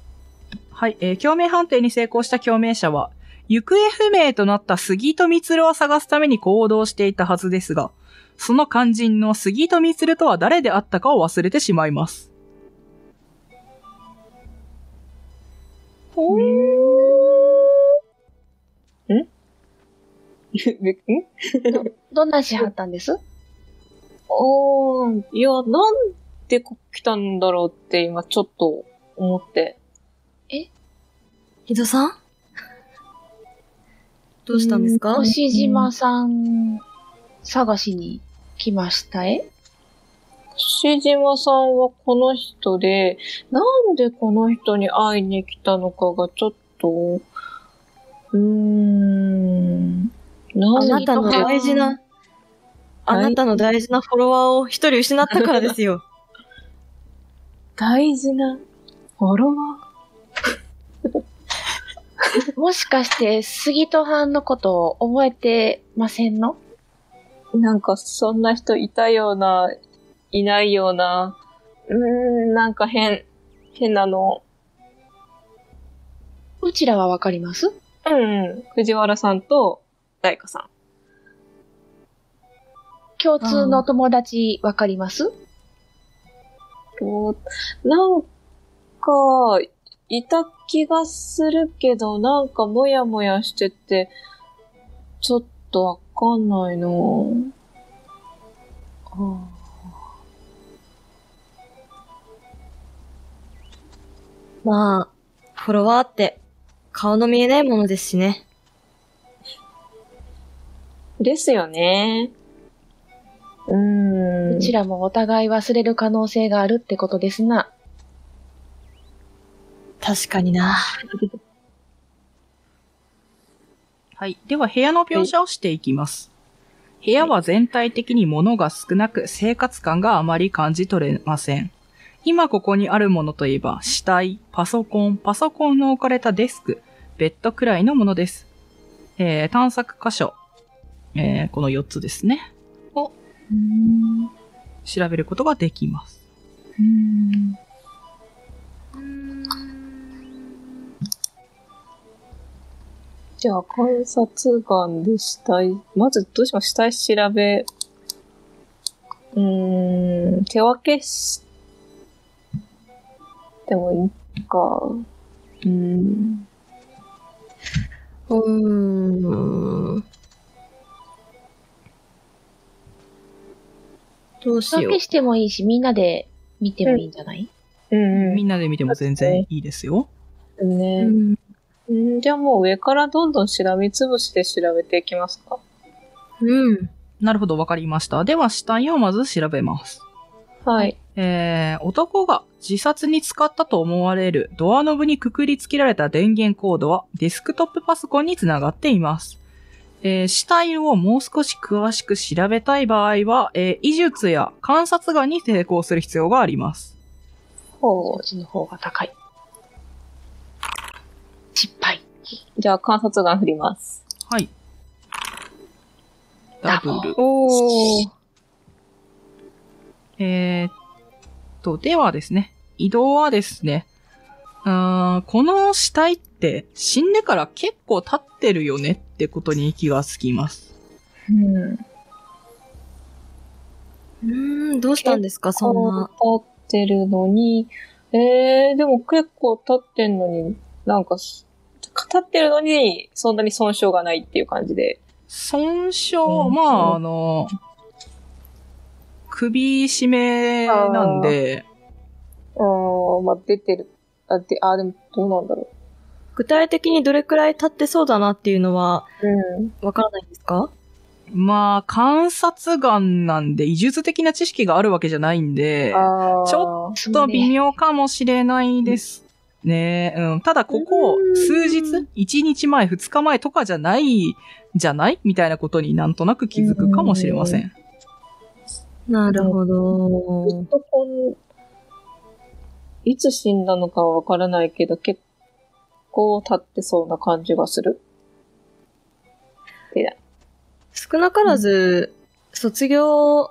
[SPEAKER 4] はい、えー共鳴判定に成功した共鳴者は、行方不明となった杉戸光を探すために行動していたはずですが、その肝心の杉戸光とは誰であったかを忘れてしまいます。ほー
[SPEAKER 3] ーん
[SPEAKER 1] どんなしはったんです
[SPEAKER 3] おー、いや、なんでこ来たんだろうって今ちょっと思って。
[SPEAKER 2] ひどさんどうしたんですか
[SPEAKER 3] うん
[SPEAKER 1] 星島さん探しに来ましたえ
[SPEAKER 3] 星島さんはこの人で、なんでこの人に会いに来たのかがちょっと、うーん、な
[SPEAKER 2] あ
[SPEAKER 3] ん
[SPEAKER 2] なたの大事な、あなたの大事なフォロワーを一人失ったからですよ。
[SPEAKER 3] 大事なフォロワ
[SPEAKER 1] もしかして、杉戸藩のことを覚えてませんの
[SPEAKER 3] ーなんかそんな人いたような、いないような、うーん、なんか変、変なの。
[SPEAKER 1] うちらはわかります
[SPEAKER 3] うんうん、藤原さんと大香さん。
[SPEAKER 1] 共通の友達わかります
[SPEAKER 3] となんか、いた気がするけど、なんかもやもやしてて、ちょっとわかんないなぁ
[SPEAKER 2] *laughs* まあ、フォロワーって顔の見えないものですしね。
[SPEAKER 3] ですよね。うーん。
[SPEAKER 1] うちらもお互い忘れる可能性があるってことですな。
[SPEAKER 2] 確かにな。
[SPEAKER 4] はい。では、部屋の描写をしていきます。部屋は全体的に物が少なく、生活感があまり感じ取れません。今ここにあるものといえば、死体、パソコン、パソコンの置かれたデスク、ベッドくらいのものです。えー、探索箇所、えー、この4つですね。を、調べることができます。
[SPEAKER 3] じゃあ、観察眼で死体、まずどうします死体調べ、うーん、手分けし、でもいいか。うーん。
[SPEAKER 2] うーん。どうし
[SPEAKER 1] 分
[SPEAKER 2] よ
[SPEAKER 1] けしてもいいし、みんなで見てもいいんじゃない、
[SPEAKER 3] うん
[SPEAKER 4] みんなで見ても全然いいですよ。
[SPEAKER 3] うん。
[SPEAKER 2] う。
[SPEAKER 3] ね
[SPEAKER 2] う、ん
[SPEAKER 3] うん。じゃあもう上からどんどんしらみつぶしで調べていきますか。
[SPEAKER 2] うん。
[SPEAKER 4] なるほど、わかりました。では、死体をまず調べます。
[SPEAKER 3] はい。
[SPEAKER 4] えー、男が自殺に使ったと思われるドアノブにくくりつけられた電源コードはデスクトップパソコンにつながっています。えー死体をもう少し詳しく調べたい場合は、えー、医術や観察眼に抵抗する必要があります。
[SPEAKER 1] こ
[SPEAKER 3] ほ
[SPEAKER 1] っちの方が高い。失敗。
[SPEAKER 3] う。じゃあ観察眼振ります。
[SPEAKER 4] はい。ダブル。
[SPEAKER 2] おー。
[SPEAKER 4] えーっと、ではですね、移動はですね、うーんこの死体って死んでから結構経ってるよねってことに気がつきます。
[SPEAKER 3] うん。
[SPEAKER 2] うーん、どうしたんですか、そんな。
[SPEAKER 3] 立ってるのに、えー、でも結構立ってんのに、なんかす、立ってるのに、そんなに損傷がないっていう感じで。
[SPEAKER 4] 損傷、
[SPEAKER 3] うん
[SPEAKER 4] まあ、あの、首締めなんで、
[SPEAKER 3] うーん、まあ、出てる。あ、で、あ、でも、どうなんだろ
[SPEAKER 2] 具体的にどれくらい経ってそうだなっていうのは
[SPEAKER 3] う。うん。
[SPEAKER 2] わからないんですか
[SPEAKER 4] まあ、観察眼なんで、医術的な知識があるわけじゃないんで、
[SPEAKER 3] あー
[SPEAKER 4] ち
[SPEAKER 3] ょ
[SPEAKER 4] ちょっと微妙かもしれないですね。うん。ただ、ここ、数日、1日前、2日前とかじゃない、じゃないみたいなことになんとなく気づくかもしれません。
[SPEAKER 2] なるほど。
[SPEAKER 3] とこん、いつ死んだのかはわからないけど、結構立ってそうな感じがする。
[SPEAKER 2] 少なからず、卒業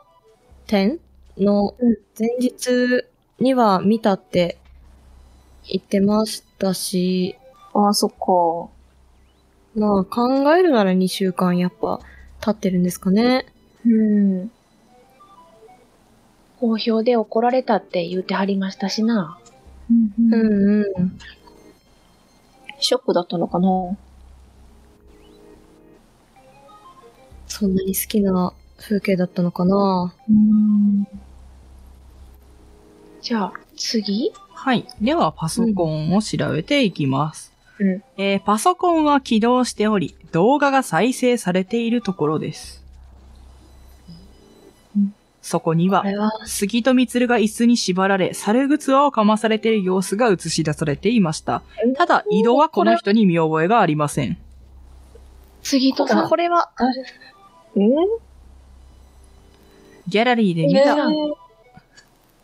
[SPEAKER 2] 展の前日には見たって言ってましたし、
[SPEAKER 3] ああ、そっか。
[SPEAKER 2] まあ考えるなら2週間やっぱ経ってるんですかね。
[SPEAKER 3] うん。
[SPEAKER 1] 好評で怒られたって言うてはりましたしな。
[SPEAKER 2] うんうん。
[SPEAKER 3] ショックだったのかな
[SPEAKER 2] そんなに好きな風景だったのかな。
[SPEAKER 3] うん。
[SPEAKER 1] じゃあ、次
[SPEAKER 4] はい。では、パソコンを調べていきま
[SPEAKER 3] う
[SPEAKER 4] す。
[SPEAKER 3] ん
[SPEAKER 4] えーパソコンは起動しており、動画が再生されているところです。
[SPEAKER 3] うん
[SPEAKER 4] そこには
[SPEAKER 2] あ、れは、
[SPEAKER 4] 杉戸光が椅子に縛られ、猿ぐつわをかまされている様子が映し出されていました。ただ、移動はこの人に見覚えがありません。
[SPEAKER 1] 次とさん、
[SPEAKER 3] こ
[SPEAKER 1] これは、
[SPEAKER 3] うん
[SPEAKER 4] ギャラリーで見
[SPEAKER 1] え
[SPEAKER 4] た、
[SPEAKER 1] ーた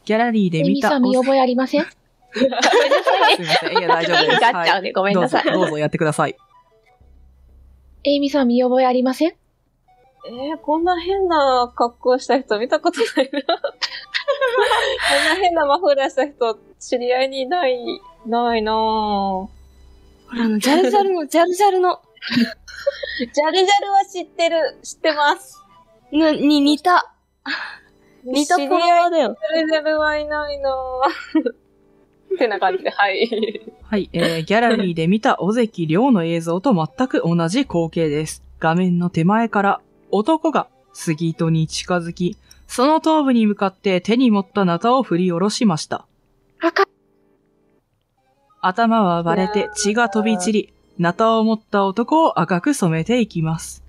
[SPEAKER 4] ギャラリーで
[SPEAKER 1] エ
[SPEAKER 4] 見
[SPEAKER 1] ミ
[SPEAKER 4] た。
[SPEAKER 1] さん見
[SPEAKER 4] おす
[SPEAKER 1] 覚えありません
[SPEAKER 4] みません。いや、大丈
[SPEAKER 1] *laughs*
[SPEAKER 4] 夫です。
[SPEAKER 3] *laughs* ガッチャ
[SPEAKER 4] は
[SPEAKER 3] ーね、ごめ
[SPEAKER 4] い、
[SPEAKER 3] ん
[SPEAKER 4] どう
[SPEAKER 3] な
[SPEAKER 4] ぞ
[SPEAKER 3] さい。、
[SPEAKER 4] どうぞやってください。
[SPEAKER 1] エミさん見覚えありません
[SPEAKER 3] えー、こんな変な格好した人見たことない *laughs* な。こんな変なマフラーした人、知り合いにいない、ないなぁ。
[SPEAKER 2] ほらあの、ジャルジャルの、ジャルジャルの、
[SPEAKER 3] ジャルジャルは知ってる、知ってます。
[SPEAKER 2] のに似た。似たフォロワーだよ。
[SPEAKER 3] レゼルはいないなぁ *laughs* ってな感じで、はい。
[SPEAKER 4] はい、えー、ギャラリーで見た尾関亮の映像と全く同じ光景です。画面の手前から男が杉糸に近づき、その頭部に向かって手に持ったナタを振り下ろしました。
[SPEAKER 1] 赤
[SPEAKER 4] 頭は割れて血が飛び散り、ナタを持った男を赤く染めていきます。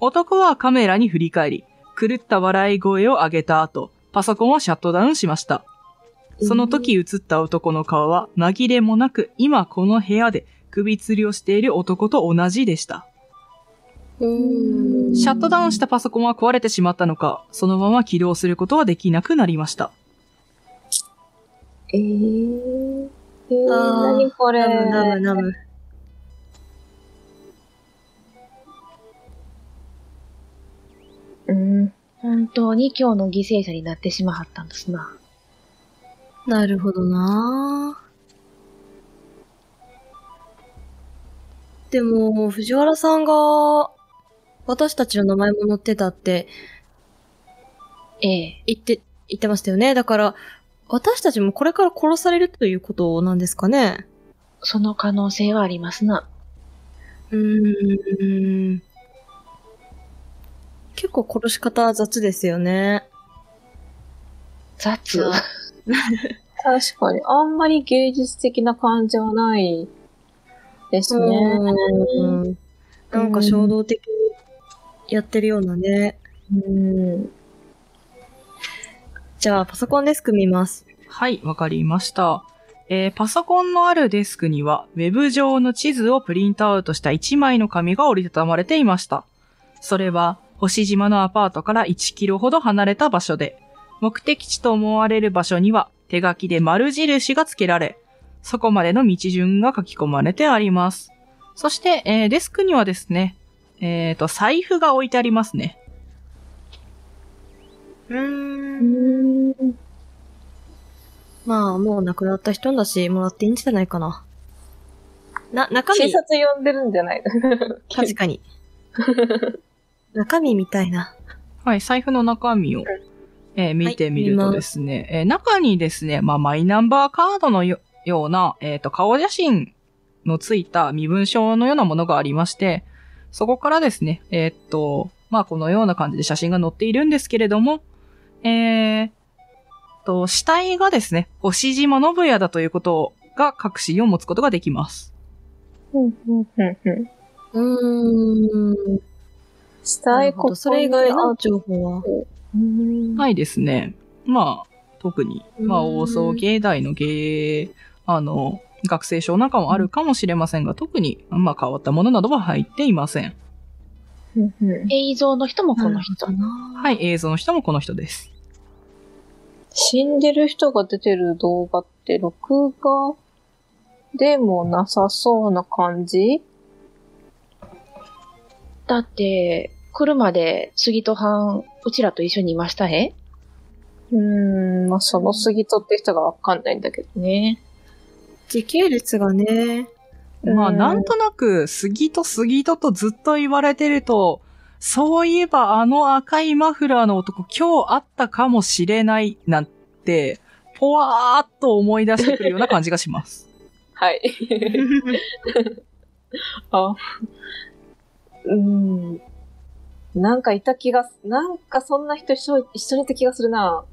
[SPEAKER 4] 男はカメラに振り返り、狂った笑い声を上げた後、パソコンをシャットダウンしました。その時映った男の顔は紛れもなく今この部屋で首吊りをしている男と同じでした。
[SPEAKER 3] *laughs* うん
[SPEAKER 4] シャットダウンしたパソコンは壊れてしまったのか、そのまま起動することはできなくなりました。
[SPEAKER 3] えー、えー、
[SPEAKER 2] あー
[SPEAKER 3] 何これ
[SPEAKER 2] ナムナムナム。
[SPEAKER 3] うん。
[SPEAKER 1] 本当に今日の犠牲者になってしまはったんですな。
[SPEAKER 2] なるほどなぁでも、藤原さんが、私たちの名前も載ってたって
[SPEAKER 1] ええ。
[SPEAKER 2] 言って、言ってましたよね。だから、私たちもこれから殺されるということなんですかね。
[SPEAKER 1] その可能性はありますな。
[SPEAKER 2] うーん。結構殺し方は雑ですよね。
[SPEAKER 1] 雑。
[SPEAKER 3] あ確かに、あんまり芸術的な感じはないですね。
[SPEAKER 2] うんなんか衝動的にやってるようなね。
[SPEAKER 3] うん。
[SPEAKER 2] じゃあ、パソコンデスク見ます。
[SPEAKER 4] はい、わかりました。えーパソコンのあるデスクには、ウェブ上の地図をプリントアウトした1枚の紙が折りたたまれていました。それは、星島のアパートから1キロほど離れた場所で、目的地と思われる場所には、手書きで丸印が付けられ、そこまでの道順が書き込まれてあります。そして、えーデスクにはですね、えっ、と、財布が置いてありますね。
[SPEAKER 2] うん。
[SPEAKER 3] うん。
[SPEAKER 2] まあ、もう亡くなった人だし、もらっていいんじゃないかな。な、中
[SPEAKER 3] 警
[SPEAKER 2] 身、
[SPEAKER 3] 察呼んでるんじゃない
[SPEAKER 2] 確かに。中身みたいな。
[SPEAKER 4] はい、財布の中身を、えー見てみるとですね、えー中にですね、まあ、マイナンバーカードのよような、えっ、と、顔写真のついた身分証のようなものがありまして、そこからですね、えーっと、まあ、このような感じで写真が載っているんですけれども、えーっと、死体がですね、星島信也だということが確信を持つことができます。
[SPEAKER 3] うんうんうんうん。
[SPEAKER 2] うん。
[SPEAKER 3] 死体ここ
[SPEAKER 2] それ以外の情報は。
[SPEAKER 3] うん
[SPEAKER 4] ないですね。まあ、特に、まあ、
[SPEAKER 2] うん
[SPEAKER 4] 大層芸大の芸、あの、学生証なんかもあるかもしれませんが、特に、まあ、変わったものなどは入っていません。
[SPEAKER 3] うんうん
[SPEAKER 1] 映像の人もこの人。
[SPEAKER 2] は。
[SPEAKER 4] はいい、映像の人もこの人です。
[SPEAKER 3] 死んでる人が出てる動画って、録画でもなさそうな感じ
[SPEAKER 1] だって、車で杉戸藩、うちらと一緒にいましたへ
[SPEAKER 3] うん、まあ、その杉戸って人がわかんないんだけどね。
[SPEAKER 2] 時系列がね、
[SPEAKER 4] まあ、
[SPEAKER 3] うん
[SPEAKER 4] なんとなく、杉戸杉戸とずっと言われてると、そういえばあの赤いマフラーの男今日あったかもしれないなんて、ぽわーっと思い出してくるような感じがします。
[SPEAKER 3] はい。あ、うん。なんかいた気がす、なんかそんな人一緒一緒にいた気がするな。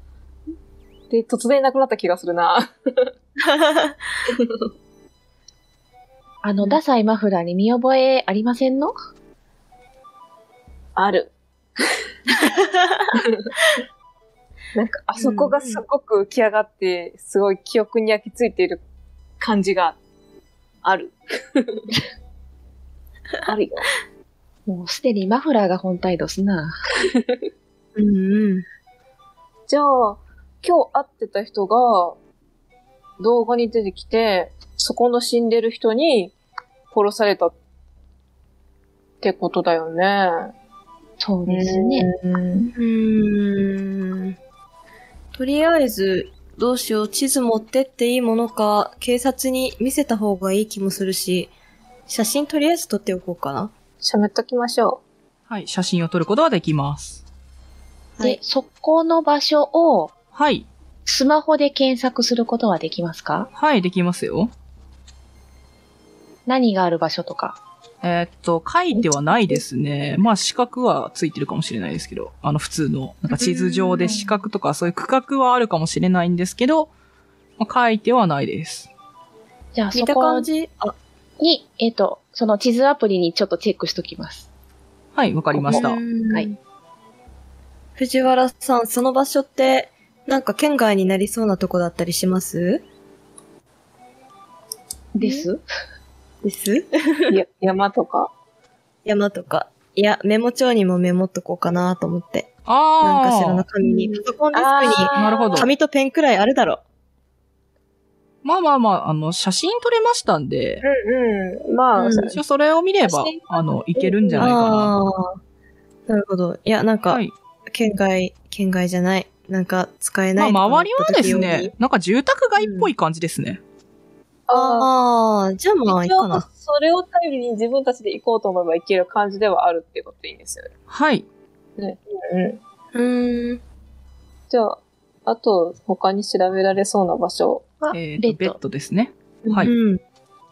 [SPEAKER 3] で、突然いなくなった気がするな。
[SPEAKER 1] あの、ダサいマフラーに見覚えありませんの
[SPEAKER 3] ある。 *laughs* なんか、あそこがすごく浮き上がって、すごい記憶に焼き付いている感じがある。 *laughs* あるよ。
[SPEAKER 1] もうすでにマフラーが本体どすな。
[SPEAKER 2] うんうん。
[SPEAKER 3] じゃあ、今日会ってた人が、動画に出てきて、そこの死んでる人に殺されたってことだよね。
[SPEAKER 1] そうですね。
[SPEAKER 3] うん。
[SPEAKER 2] うーん。とりあえず、どうしよう、地図持ってっていいものか、警察に見せた方がいい気もするし、写真とりあえず撮っておこうかな。
[SPEAKER 3] 喋っときましょ
[SPEAKER 4] はい、写真を撮ることはできます。
[SPEAKER 2] は
[SPEAKER 1] で
[SPEAKER 2] い、
[SPEAKER 1] そこの場所を
[SPEAKER 4] はい。
[SPEAKER 1] スマホで検索することはできますか
[SPEAKER 4] はい、できますよ。
[SPEAKER 1] 何がある場所とか。
[SPEAKER 4] えーっと、書いてはないですね。まあ、四角はついてるかもしれないですけど、あの、普通の、なんか地図上で四角とかそういう区画はあるかもしれないんですけど、まあ、書いてはないです。
[SPEAKER 1] じゃあ、そ
[SPEAKER 2] 見た感
[SPEAKER 1] こ
[SPEAKER 2] じあ、
[SPEAKER 1] に、えっ、と、その地図アプリにちょっとチェックしときます。
[SPEAKER 4] はい、わかりました。
[SPEAKER 1] は。
[SPEAKER 2] はい藤原さん、その場所って、なんか県外になりそうなとこだったりします
[SPEAKER 1] です
[SPEAKER 2] です
[SPEAKER 3] や山とか。
[SPEAKER 2] 山とか。いや、メモ帳にもメモっとこうかなと思って。なんかしらの
[SPEAKER 4] あ
[SPEAKER 2] 紙に、
[SPEAKER 1] う
[SPEAKER 2] パソコンデスクに
[SPEAKER 4] あ、なるほど。
[SPEAKER 2] 紙とペンくらいあるだろ
[SPEAKER 4] まあまあまあ、あの、写真撮れましたんで、
[SPEAKER 3] うんうん。まあ、
[SPEAKER 2] うん
[SPEAKER 4] 一応それを見れば
[SPEAKER 3] 写真、
[SPEAKER 4] あの、いけるんじ
[SPEAKER 2] う。
[SPEAKER 4] ゃないか
[SPEAKER 2] あーなるほど。いや、なん
[SPEAKER 4] な。
[SPEAKER 2] か
[SPEAKER 4] は、い。
[SPEAKER 2] 県外、県外じゃない。なんか、使え
[SPEAKER 4] ま
[SPEAKER 2] な
[SPEAKER 4] あ、
[SPEAKER 2] い。
[SPEAKER 4] 周りはですね。、なんか住宅街っぽい感じですね。
[SPEAKER 3] あ
[SPEAKER 2] ああ、じゃあまあ、いい
[SPEAKER 3] 一
[SPEAKER 2] か
[SPEAKER 3] 応
[SPEAKER 2] な。、
[SPEAKER 3] それを頼りに自分たちで行こうと思えば行ける感じではあるっていうことでいいんですよね。
[SPEAKER 4] はい。
[SPEAKER 3] うん。
[SPEAKER 2] うーん。
[SPEAKER 3] じゃあ、あと、他に調べられそうな場所。
[SPEAKER 1] は、
[SPEAKER 4] え
[SPEAKER 1] レッ
[SPEAKER 4] ーとベッ
[SPEAKER 1] ド。
[SPEAKER 4] ドですね。はい。
[SPEAKER 2] うん。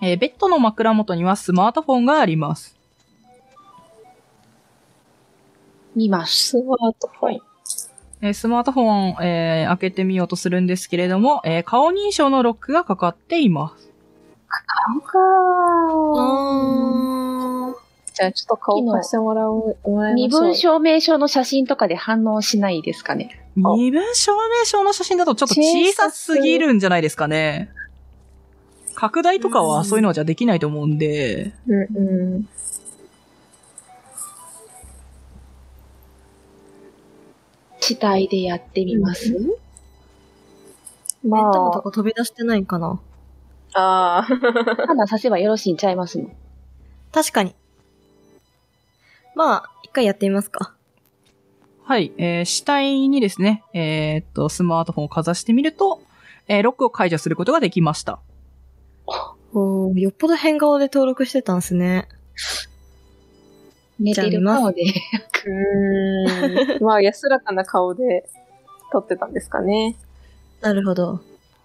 [SPEAKER 4] えーベッドの枕元にはスマートフォンがあります。
[SPEAKER 1] 見ます。
[SPEAKER 3] スマートフォン。
[SPEAKER 4] はいえースマートフォン、えー開けてみようとするんですけれども、えー顔認証のロックがかかっています。
[SPEAKER 3] か
[SPEAKER 2] あ
[SPEAKER 3] じゃあ、ちょっと顔貸してもらおう、もらいましょ
[SPEAKER 1] 身
[SPEAKER 3] う。
[SPEAKER 1] 分証明書の写真とかで反応しないですかね。
[SPEAKER 3] あ
[SPEAKER 4] 身分証明書の写真だとちょっと小さすぎるんじゃないですかね。拡大とかはそういうのはじゃあできないと思うんで、
[SPEAKER 3] うんうん。
[SPEAKER 1] 地帯でやってみます、
[SPEAKER 2] あ。ベッドの
[SPEAKER 3] ま
[SPEAKER 2] とこ飛び出してないんかな。
[SPEAKER 3] あ、ああ。
[SPEAKER 1] たださせばよろしいんちゃいますの。
[SPEAKER 2] 確かに。まあ、一回やってみますか。
[SPEAKER 4] はい、えー、死体にですね、えーっと、スマートフォンをかざしてみると、えーロックを解除することができました。
[SPEAKER 2] おーよっぽど変顔で登録してたんすね。
[SPEAKER 1] 寝てる顔で。
[SPEAKER 3] うーん。まあ、安らかな顔で撮ってたんですかね。
[SPEAKER 2] なるほど。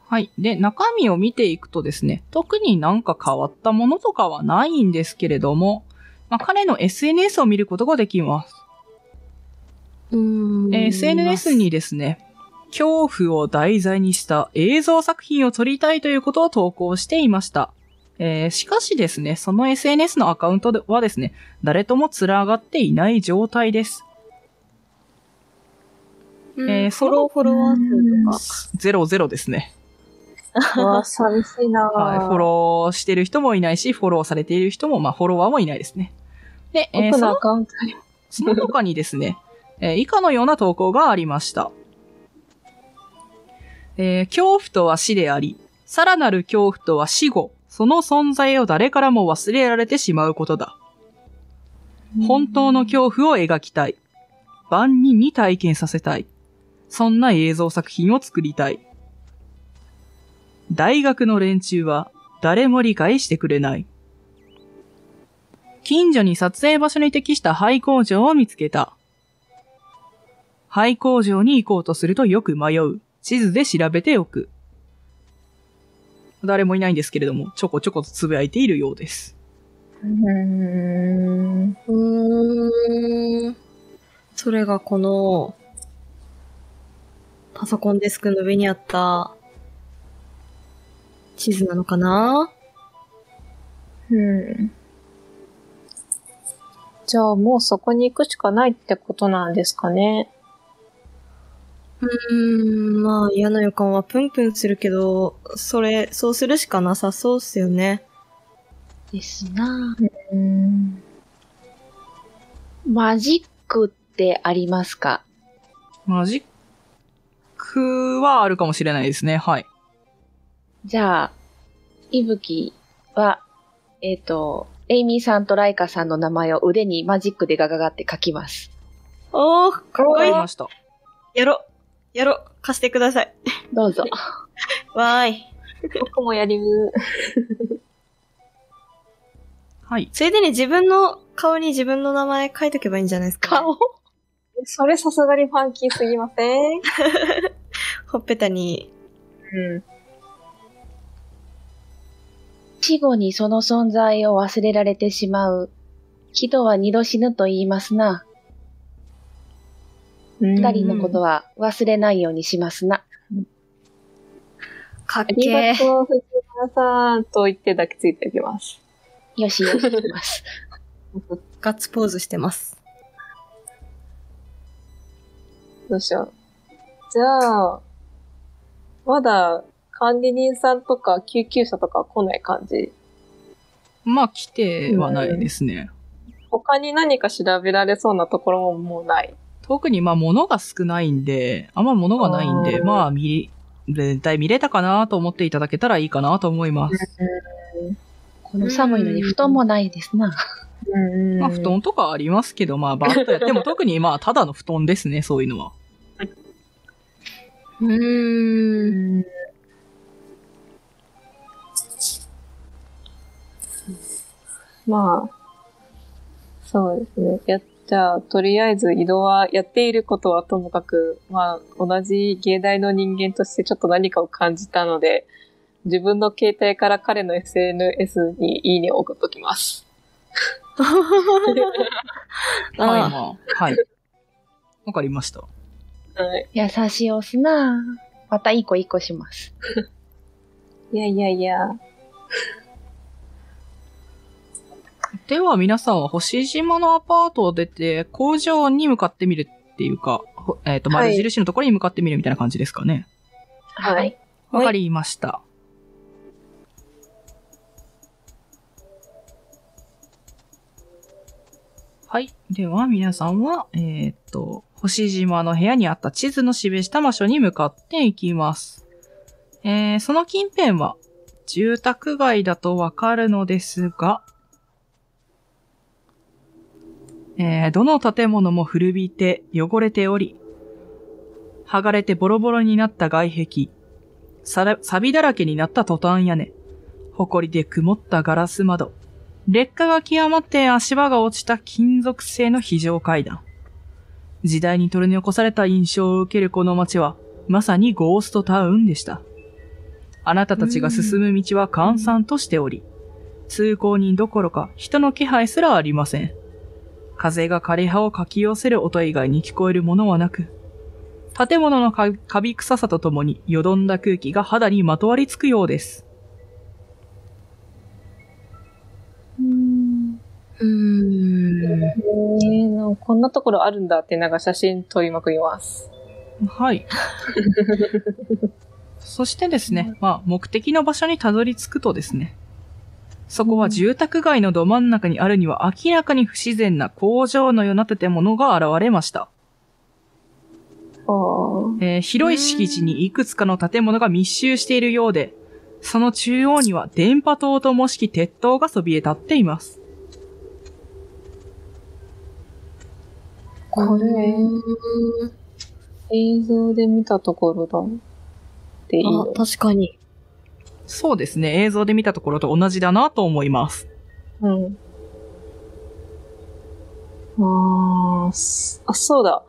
[SPEAKER 4] はい。で、中身を見ていくとですね、特になんか変わったものとかはないんですけれども、まあ、彼の SNS を見ることができます。
[SPEAKER 2] うーん
[SPEAKER 4] えー SNS に。ですね、恐怖を題材にした映像作品を撮りたいということを投稿していました。えーしかしですね、その SNS のアカウントではですね、誰とも連がっていない状態です。
[SPEAKER 2] うん
[SPEAKER 4] えー
[SPEAKER 2] フォロー、フォロワー数とか。
[SPEAKER 4] ゼロゼロですね。
[SPEAKER 3] わあ、寂しいなぁ
[SPEAKER 4] はい。フォローしてる人もいないし、フォローされている人も、まあ、フォロワーもいないですね。で、えー
[SPEAKER 3] 奥
[SPEAKER 4] そ
[SPEAKER 3] の
[SPEAKER 4] の
[SPEAKER 3] アカウントに
[SPEAKER 4] その他にですね、 *laughs* えー以下のような投稿がありました。えー恐怖とは死であり、さらなる恐怖とは死後、その存在を誰からも忘れられてしまうことだ。本当の恐怖を描きたい。万人に体験させたい。そんな映像作品を作りたい。大学の連中は誰も理解してくれない。近所に撮影場所に適した廃工場を見つけた。廃工場に行こうとするとよく迷う。地図で調べておく。誰もいないんですけれども、ちょこちょことつぶやいているようです。
[SPEAKER 3] う
[SPEAKER 2] うーん。それがこの、パソコンデスクの上にあった、地図なのかな
[SPEAKER 3] ーん。うん。じゃあ、もうそこに行くしかないってことなんですかね。
[SPEAKER 2] うーん、まあ嫌な予感はプンプンするけど、それ、そうするしかなさそうっすよね。
[SPEAKER 1] ですな
[SPEAKER 3] うん。
[SPEAKER 1] マジックってありますか
[SPEAKER 4] マジックはあるかもしれないですね。はい。
[SPEAKER 1] じゃあ、いぶきは、えっ、と、エイミーさんとライカさんの名前を腕にマジックでガガガって書きます。
[SPEAKER 2] おー、かっ
[SPEAKER 4] わ
[SPEAKER 2] こ
[SPEAKER 4] か
[SPEAKER 2] いい
[SPEAKER 4] り。ました。
[SPEAKER 2] やろ、やろ、貸してください。
[SPEAKER 1] どうぞ。
[SPEAKER 2] わーい。
[SPEAKER 3] 僕もやりう。
[SPEAKER 4] はい。
[SPEAKER 2] ついでに自分の顔に自分の名前書いとけばいいんじゃないですかね、
[SPEAKER 1] 顔
[SPEAKER 3] それさすがにファンキーすぎません
[SPEAKER 2] ほっぺたに。
[SPEAKER 3] うん。
[SPEAKER 1] 死後にその存在を忘れられてしまう。人は二度死ぬと言いますな。
[SPEAKER 3] 二
[SPEAKER 1] 二人のことは忘れないようにしますな。
[SPEAKER 2] かっ
[SPEAKER 3] あり
[SPEAKER 2] け
[SPEAKER 3] が
[SPEAKER 2] え。
[SPEAKER 3] とう、藤原さんと言って抱きついていきます。
[SPEAKER 1] よしよしし *laughs* ます。
[SPEAKER 2] ガッツポーズしてます。
[SPEAKER 3] どうしよう。じゃあ、まだ管理人さんとか救急車とか来ない感じ。
[SPEAKER 4] まあ、来てはないですね。
[SPEAKER 3] 他に何か調べられそうなところももうない。
[SPEAKER 4] 特にまあ、物が少ないんで、あんま物がないんで、
[SPEAKER 3] あー
[SPEAKER 4] まあ、見、全体見れたかなと思っていただけたらいいかなと思います。
[SPEAKER 1] この寒いのに布団もないですな。
[SPEAKER 3] うん
[SPEAKER 4] まあ、布団とかありますけど、まあ、バーッとやっても、特にまあ、ただの布団ですね、そういうのは。
[SPEAKER 2] うーん。
[SPEAKER 3] まあ、そうですね。やじゃあ、とりあえず移動は、やっていることはともかく、まあ、同じ芸大の人間としてちょっと何かを感じたので、自分の携帯から彼の SNS にいいねを送っときます。
[SPEAKER 4] はい、
[SPEAKER 2] あ
[SPEAKER 4] まあ、はい。わかりました。
[SPEAKER 3] はい。
[SPEAKER 1] 優しいおすな。またいい子いい子します。
[SPEAKER 3] いやいやいや。
[SPEAKER 4] では皆さんは星島のアパートを出て工場に向かってみるっていうか、ほえっ、と、
[SPEAKER 3] はい
[SPEAKER 4] 丸印のところに向かってみるみたいな感じですかね。
[SPEAKER 3] はい
[SPEAKER 1] はい。
[SPEAKER 4] わ、
[SPEAKER 2] はい
[SPEAKER 4] かりました。はい。では皆さんは、えっ、と、星島の部屋にあった地図の示した場所に向かっていきます。えー、その近辺は住宅街だとわかるのですが、えーどの建物も古びて汚れており、剥がれてボロボロになった外壁、さら錆だらけになったトタン屋根、埃で曇ったガラス窓、劣化が極まって足場が落ちた金属製の非常階段。時代に取り残された印象を受けるこの街は、まさにゴーストタウンでした。あなたたちが進む道は閑散としており、通行人どころか人の気配すらありません。風が枯葉をかき寄せる音以外に聞こえるものはなく、建物のかカビ臭さとともによどんだ空気が肌にまとわりつくようです。
[SPEAKER 2] ーうーん。
[SPEAKER 3] えー、なんかこんなところあるんだってなんか写真撮りまくります。
[SPEAKER 4] はい。そしてですね、まあ、目的の場所にたどり着くとですね、そこは住宅街のど真ん中にあるには明らかに不自然な工場のような建物が現れました。
[SPEAKER 3] ああ。
[SPEAKER 4] えー広い敷地にいくつかの建物が密集しているようで、その中央には電波塔ともしき鉄塔がそびえ立っています。
[SPEAKER 3] これ、映像で見たところだ。でいい
[SPEAKER 2] あ
[SPEAKER 3] の、。
[SPEAKER 2] 確かに。
[SPEAKER 4] そうですね、映像で見たところと同じだなと思います。
[SPEAKER 3] うん。あーすあ、そうだ。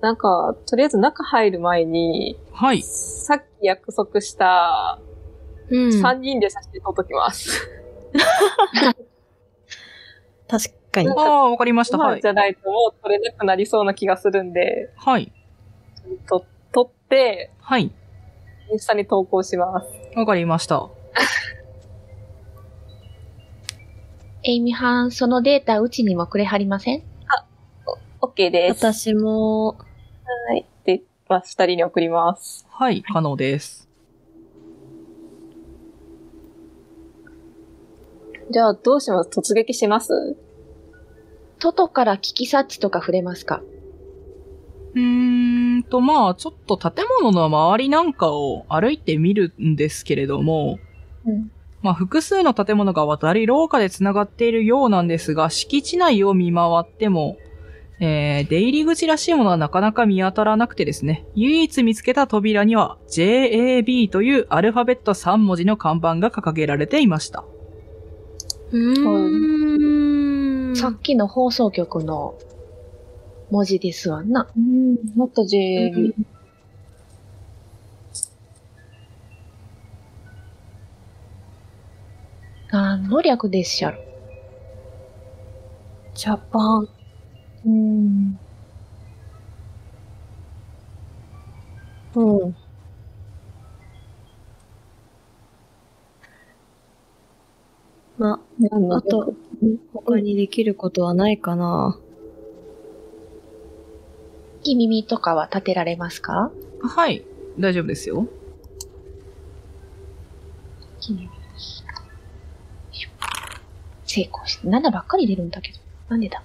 [SPEAKER 3] なんか、とりあえず中入る前に、
[SPEAKER 4] はい。
[SPEAKER 3] さっき約束した
[SPEAKER 2] うん。
[SPEAKER 3] 3人で写真撮っときます。
[SPEAKER 2] 確かに。
[SPEAKER 4] ああ、わかりました。は
[SPEAKER 3] 今
[SPEAKER 4] い
[SPEAKER 3] じ。ゃないともう撮れなくなりそうな気がするんで、
[SPEAKER 4] はい。
[SPEAKER 3] と撮って、
[SPEAKER 4] はい。
[SPEAKER 3] インスタに投稿します。
[SPEAKER 4] わかりました。
[SPEAKER 1] えいみはん、そのデータうちにもくれはりません
[SPEAKER 3] OK です。は
[SPEAKER 2] 私も、
[SPEAKER 3] い。で、まあ、2人に送ります。
[SPEAKER 4] はい、可能です。
[SPEAKER 3] じゃあ、どうします突撃します
[SPEAKER 1] 外から聞き察知とか触れますか
[SPEAKER 4] うーんと、まあ、ちょっと建物の周りなんかを歩いてみるんですけれども、
[SPEAKER 3] うん
[SPEAKER 4] まあ、複数の建物が渡り廊下で繋がっているようなんですが、敷地内を見回っても、えー、出入り口らしいものはなかなか見当たらなくてですね、唯一見つけた扉には JAB というアルファベット3文字の看板が掲げられていました。
[SPEAKER 2] うーん。
[SPEAKER 1] さっきの放送局の文字ですわな。
[SPEAKER 3] うん、もっと JAB。
[SPEAKER 1] 何の略でっしゃろ。
[SPEAKER 2] ジャパン。
[SPEAKER 3] うん。
[SPEAKER 2] うん。ま
[SPEAKER 3] なん
[SPEAKER 2] あ、
[SPEAKER 3] だ
[SPEAKER 2] あと、他にできることはないかな。
[SPEAKER 1] 木耳とかは立てられますか
[SPEAKER 4] はい。大丈夫ですよ。
[SPEAKER 1] 木耳。よいしょ成功して、7ばっかり出るんだけど。なんでだ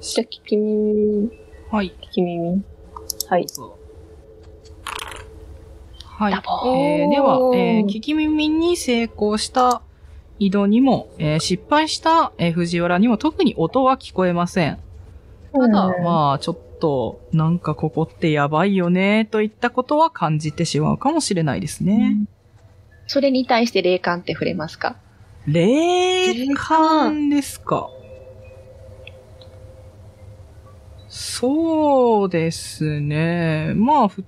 [SPEAKER 3] じゃあ、聞き耳、
[SPEAKER 4] はい。
[SPEAKER 3] 聞き耳。はい。
[SPEAKER 4] はい。
[SPEAKER 1] ダボ
[SPEAKER 2] ー
[SPEAKER 4] えーでは、えー聞き耳に成功した井戸にも、えー失敗した、えー藤原にも特に音は聞こえません。ただ、まあ、ちょっと、なんかここってやばいよね、といったことは感じてしまうかもしれないですね。
[SPEAKER 1] それに対して霊感って触れますか
[SPEAKER 4] 霊感ですか。そうですね。まあ、振っ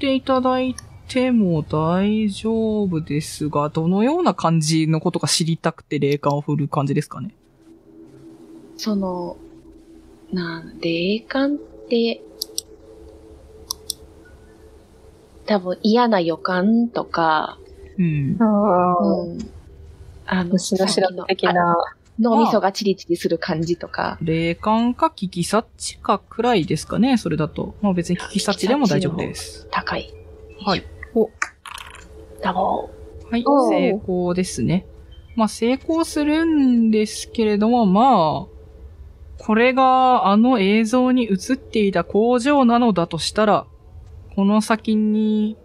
[SPEAKER 4] ていただいても大丈夫ですが、どのような感じのことか知りたくて霊感を振る感じですかね。
[SPEAKER 1] その、なん、霊感って、多分嫌な予感とか、
[SPEAKER 4] うん。
[SPEAKER 3] ああ、
[SPEAKER 1] うん。あの、
[SPEAKER 3] 虫の知らず的
[SPEAKER 1] さっきのあ
[SPEAKER 3] な。
[SPEAKER 1] 脳みそがチリチリする感じとか。
[SPEAKER 4] 霊感か聞き察知かくらいですかね、それだと。まあ別に聞き察知でも大丈夫です。
[SPEAKER 1] 高い。
[SPEAKER 4] はい。
[SPEAKER 1] お。ダボ
[SPEAKER 4] はい、
[SPEAKER 3] おう
[SPEAKER 4] 成功ですね。まあ成功するんですけれども、まあ、これがあの映像に映っていた工場なのだとしたら、この先に、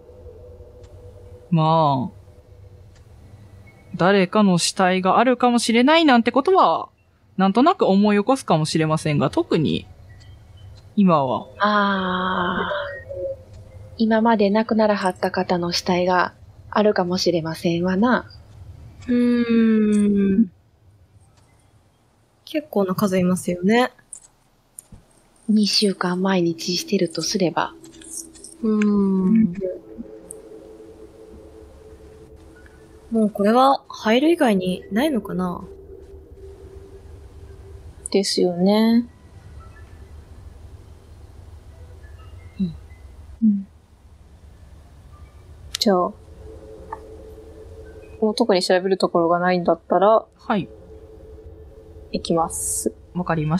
[SPEAKER 4] まあ、誰かの死体があるかもしれないなんてことは、なんとなく思い起こすかもしれませんが、特に、今は
[SPEAKER 1] ー。あー。今まで亡くならはった方の死体があるかもしれませんわな。
[SPEAKER 2] うーん。結構な数いますよね。
[SPEAKER 1] 2週間毎日してるとすれば。
[SPEAKER 2] うーん。もうこれは入る以外にないのかな
[SPEAKER 3] ですよね。
[SPEAKER 1] うん
[SPEAKER 3] うん。じゃあ、もう特に調べるところがないんだったら、
[SPEAKER 4] はい、
[SPEAKER 3] 行きます。
[SPEAKER 4] わかりました。